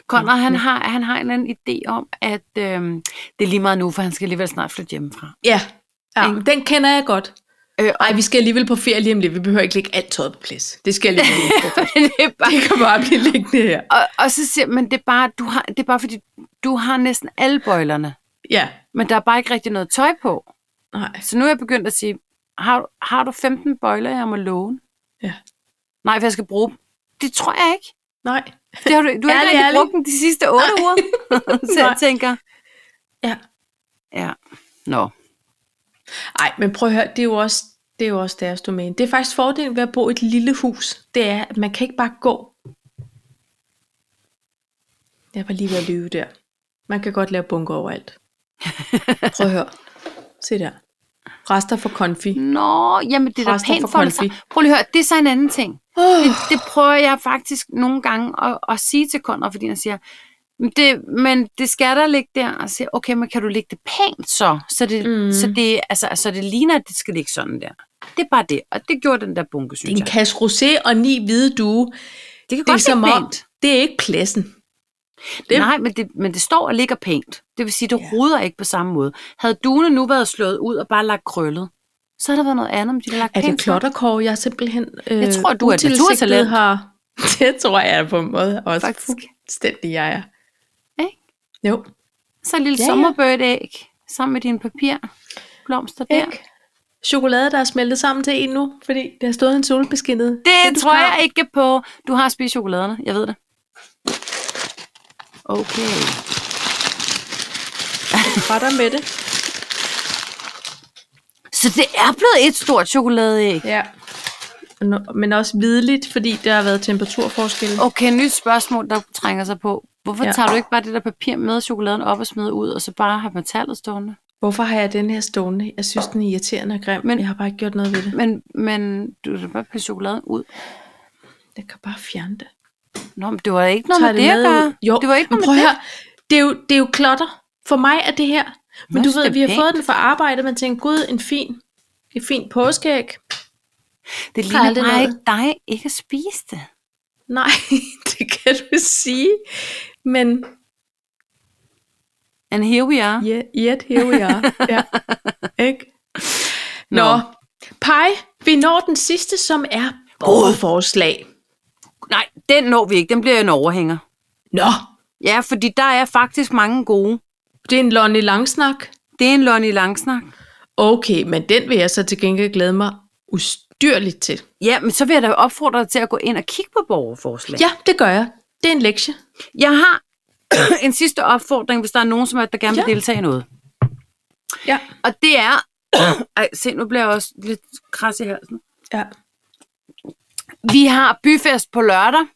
Speaker 2: Conrad, han har, han har en eller anden idé om, at øhm, det er lige meget nu, for han skal alligevel snart flytte hjemmefra.
Speaker 1: Ja, ja
Speaker 2: Ikke?
Speaker 1: den kender jeg godt.
Speaker 2: Øh, og
Speaker 1: Ej, vi skal alligevel på ferie lige om lidt. Vi behøver ikke lægge alt tøjet på plads. Det skal alligevel ikke på plads.
Speaker 2: det er bare,
Speaker 1: Det kan bare blive liggende her.
Speaker 2: og, og, så siger man, det er bare, du har, det er bare fordi, du har næsten alle bøjlerne.
Speaker 1: Ja.
Speaker 2: Men der er bare ikke rigtig noget tøj på.
Speaker 1: Nej.
Speaker 2: Så nu er jeg begyndt at sige, har, har du 15 bøjler, jeg må låne?
Speaker 1: Ja.
Speaker 2: Nej, for jeg skal bruge dem. Det tror jeg ikke.
Speaker 1: Nej.
Speaker 2: Det har du, du har
Speaker 1: Ærlig,
Speaker 2: ikke rigtig
Speaker 1: ærlig.
Speaker 2: brugt dem de sidste 8 uger. så jeg
Speaker 1: Nej.
Speaker 2: tænker,
Speaker 1: Ja.
Speaker 2: ja. Nå.
Speaker 1: Ej, men prøv at høre, det er jo også, det er jo også deres domæne. Det er faktisk fordelen ved at bo i et lille hus. Det er, at man kan ikke bare gå. Jeg var lige ved at lyve der. Man kan godt lave bunker overalt. Prøv at høre. Se der. Rester for konfi.
Speaker 2: Nå, jamen det er da
Speaker 1: Rester
Speaker 2: pænt
Speaker 1: for
Speaker 2: for dig. så-
Speaker 1: konfi.
Speaker 2: Prøv lige at høre, det er så en anden ting.
Speaker 1: Oh.
Speaker 2: Det, det prøver jeg faktisk nogle gange at, at sige til kunder, fordi han siger, "Men det, men det skal der ligge der, og så siger, jeg, okay, men kan du lægge det pænt så? Så det, mm.
Speaker 1: Mm.
Speaker 2: så, det, altså, så det ligner, at det skal ligge sådan der. Det er bare det, og det gjorde den der bunke,
Speaker 1: Det er
Speaker 2: synes
Speaker 1: en
Speaker 2: jeg.
Speaker 1: kasse rosé og ni hvide due.
Speaker 2: Det kan
Speaker 1: Det er
Speaker 2: godt
Speaker 1: som
Speaker 2: ligge
Speaker 1: om,
Speaker 2: pænt.
Speaker 1: det er ikke pladsen.
Speaker 2: Det...
Speaker 1: det-
Speaker 2: Nej, men det, men det står og ligger pænt. Det vil sige, det
Speaker 1: Ja.
Speaker 2: yeah. ruder ikke på samme måde. Havde duene nu været slået ud og bare lagt krøllet, så havde der været noget andet, om de havde lagt
Speaker 1: Er det
Speaker 2: pænt flot.
Speaker 1: klotterkår, jeg simpelthen øh,
Speaker 2: Jeg tror, du er et
Speaker 1: utilsigtet
Speaker 2: naturtalent.
Speaker 1: har... Det tror jeg på en måde også
Speaker 2: Faktisk.
Speaker 1: Faktisk. fuldstændig, jeg er.
Speaker 2: Ikke?
Speaker 1: Jo,
Speaker 2: Så et lille
Speaker 1: Ja,
Speaker 2: ja,
Speaker 1: ja.
Speaker 2: sommerbøgetæg sammen med dine papirblomster der.
Speaker 1: ikke? Chokolade, der er smeltet sammen til en nu, fordi det har stået en solbeskinnet.
Speaker 2: Det
Speaker 1: du
Speaker 2: tror
Speaker 1: har.
Speaker 2: jeg ikke på. Du har spist chokoladerne, jeg ved det. Okay.
Speaker 1: Fra dig med det.
Speaker 2: Så det er blevet et stort chokoladeæg.
Speaker 1: Ja. Nå, Men også vidligt, fordi der har været temperaturforskelle. Oh.
Speaker 2: Okay, nyt spørgsmål, der trænger sig på. Hvorfor ja.
Speaker 1: Ja.
Speaker 2: tager du ikke bare det der papir med chokoladen op og smider ud, og så bare har metallet stående?
Speaker 1: Hvorfor har jeg den her stående? Jeg synes, den er irriterende og grim,
Speaker 2: Men-
Speaker 1: men jeg har bare ikke gjort noget ved det.
Speaker 2: Men, men du kan bare pille chokoladen ud.
Speaker 1: Jeg kan bare fjerne det.
Speaker 2: Nå, men det var ikke noget
Speaker 1: tager
Speaker 2: med det, at
Speaker 1: med ud.
Speaker 2: gøre.
Speaker 1: Jo,
Speaker 2: det var ikke
Speaker 1: men
Speaker 2: noget
Speaker 1: prøv
Speaker 2: med
Speaker 1: at høre.
Speaker 2: det.
Speaker 1: Det er, jo, det er jo klotter. For mig er det her. Men
Speaker 2: Nå,
Speaker 1: du
Speaker 2: så det
Speaker 1: ved,
Speaker 2: er
Speaker 1: vi har
Speaker 2: pænt.
Speaker 1: fået den fra arbejde, man tænker, gud, en fin, et fint påskeæg.
Speaker 2: Det
Speaker 1: Der er
Speaker 2: ligner
Speaker 1: aldrig
Speaker 2: bare
Speaker 1: noget.
Speaker 2: ikke dig ikke at spise det.
Speaker 1: Nej, det kan du sige. Men
Speaker 2: And here we are.
Speaker 1: yeah, yet here we are. ja. Ikke? Nå.
Speaker 2: Nå.
Speaker 1: Nå. Pej, vi når den sidste, som er borgerforslag.
Speaker 2: Nej, den når vi ikke. Den bliver en overhænger.
Speaker 1: Nå,
Speaker 2: Ja, fordi der er faktisk mange gode.
Speaker 1: det er en Lonnie Langsnak.
Speaker 2: Det er en Lonnie Langsnak.
Speaker 1: Okay, men den vil jeg så til gengæld glæde mig ustyrligt til.
Speaker 2: Ja, men så vil jeg da opfordre dig til at gå ind og kigge på borgerforslag.
Speaker 1: Ja, det gør jeg. Det er en lektie.
Speaker 2: Jeg har en sidste opfordring, hvis der er nogen, som er, der gerne vil
Speaker 1: Ja.
Speaker 2: deltage i noget.
Speaker 1: Ja.
Speaker 2: Og det er... Ej, se, nu bliver jeg også lidt kras i halsen.
Speaker 1: Ja.
Speaker 2: Vi har byfest på lørdag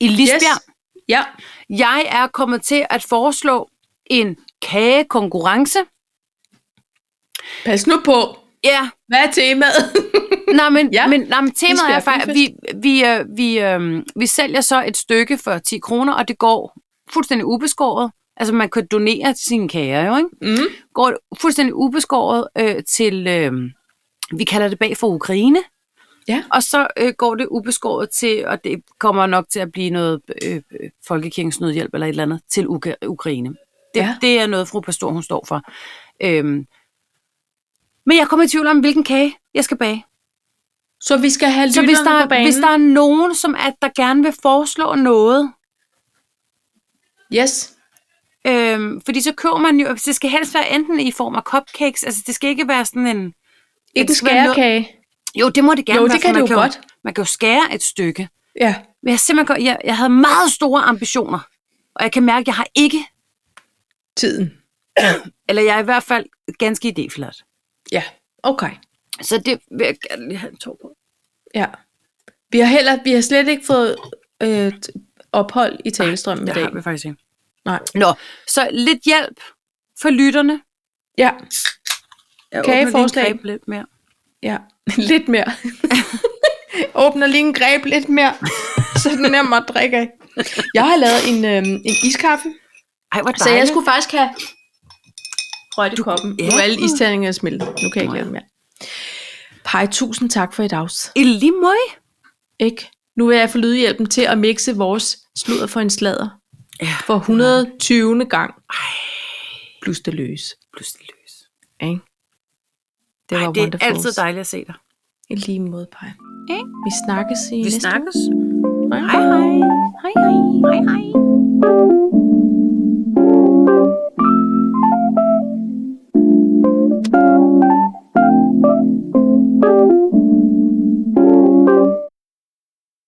Speaker 2: i Lisbjerg. Yes.
Speaker 1: Ja.
Speaker 2: Jeg er kommet til at foreslå en kagekonkurrence.
Speaker 1: Pas nu på.
Speaker 2: Ja,
Speaker 1: Hvad er temaet?
Speaker 2: nej, men,
Speaker 1: Ja,
Speaker 2: ja, men, nej, men temaet
Speaker 1: skal
Speaker 2: er
Speaker 1: være
Speaker 2: faktisk, vi, vi, øh, vi, øh, vi sælger så et stykke for 10 kroner, og det går fuldstændig ubeskåret. Altså, man kan donere til sine kære, jo, ikke?
Speaker 1: mm.
Speaker 2: går fuldstændig ubeskåret øh, til, øh, vi kalder det bag for Ukraine.
Speaker 1: Ja.
Speaker 2: Og så øh, går det ubeskåret til, og det kommer nok til at blive noget øh, øh, Folkekirkens nødhjælp eller et eller andet, til Uka- Ukraine. Det,
Speaker 1: Ja.
Speaker 2: ja. det er noget, fru Pastor, hun står for. Øhm. Men jeg kommer i tvivl om, hvilken kage jeg skal bage.
Speaker 1: Så vi skal have
Speaker 2: Så hvis
Speaker 1: lytterne på
Speaker 2: der,
Speaker 1: banen.
Speaker 2: hvis der er nogen, som at der gerne vil foreslå noget,
Speaker 1: Yes.
Speaker 2: øhm, fordi så køber man jo, det skal helst være enten i form af cupcakes, altså det skal ikke være sådan en...
Speaker 1: Ikke en
Speaker 2: det skal være noget-
Speaker 1: skærekage.
Speaker 2: Jo, det må det gerne
Speaker 1: Jo, det
Speaker 2: være, for
Speaker 1: kan det
Speaker 2: man
Speaker 1: jo
Speaker 2: jo
Speaker 1: godt.
Speaker 2: Man kan jo skære et stykke.
Speaker 1: Ja.
Speaker 2: Men jeg, er simpelthen, godt- jeg, jeg havde meget store ambitioner, og jeg kan mærke, at jeg har ikke,
Speaker 1: Tiden.
Speaker 2: eller jeg er i hvert fald ganske idéflat.
Speaker 1: Ja. Okay.
Speaker 2: Så det vil jeg gerne lige have en tår på.
Speaker 1: Ja. Vi har, heller, vi har slet ikke fået øh, t- ophold i talestrømmen i
Speaker 2: Det
Speaker 1: dag.
Speaker 2: har vi faktisk ikke.
Speaker 1: Nej.
Speaker 2: Nå, så lidt hjælp for lytterne.
Speaker 1: Ja,
Speaker 2: Jeg
Speaker 1: Kageforslag.
Speaker 2: åbner lige en greb lidt mere.
Speaker 1: ja. Lidt mere. Åbner lige en greb lidt mere, så den er nem at drikke af. Jeg har lavet en, øh, en iskaffe,
Speaker 2: Ej, hvor dejligt.
Speaker 1: så jeg skulle faktisk have rødt i koppen.
Speaker 2: ja.
Speaker 1: Nu er alle isterninger er smeltet. Nu kan jeg ikke lave dem mere. Pej, tusind tak for i dags.
Speaker 2: I lige møg.
Speaker 1: Ikke? Nu vil jeg få lydhjælpen til at mixe vores sludder for en sladder.
Speaker 2: Ja.
Speaker 1: For 120. gang. Plus det løs.
Speaker 2: Pludselig løs.
Speaker 1: Ikke? Det var
Speaker 2: Ej, det er
Speaker 1: wonderful.
Speaker 2: altid dejligt at se dig.
Speaker 1: I lige måde, Paj.
Speaker 2: Ikke?
Speaker 1: Vi snakkes i
Speaker 2: Vi
Speaker 1: næste
Speaker 2: snakkes.
Speaker 1: uge.
Speaker 2: Hej hej. Hej hej. Hej hej.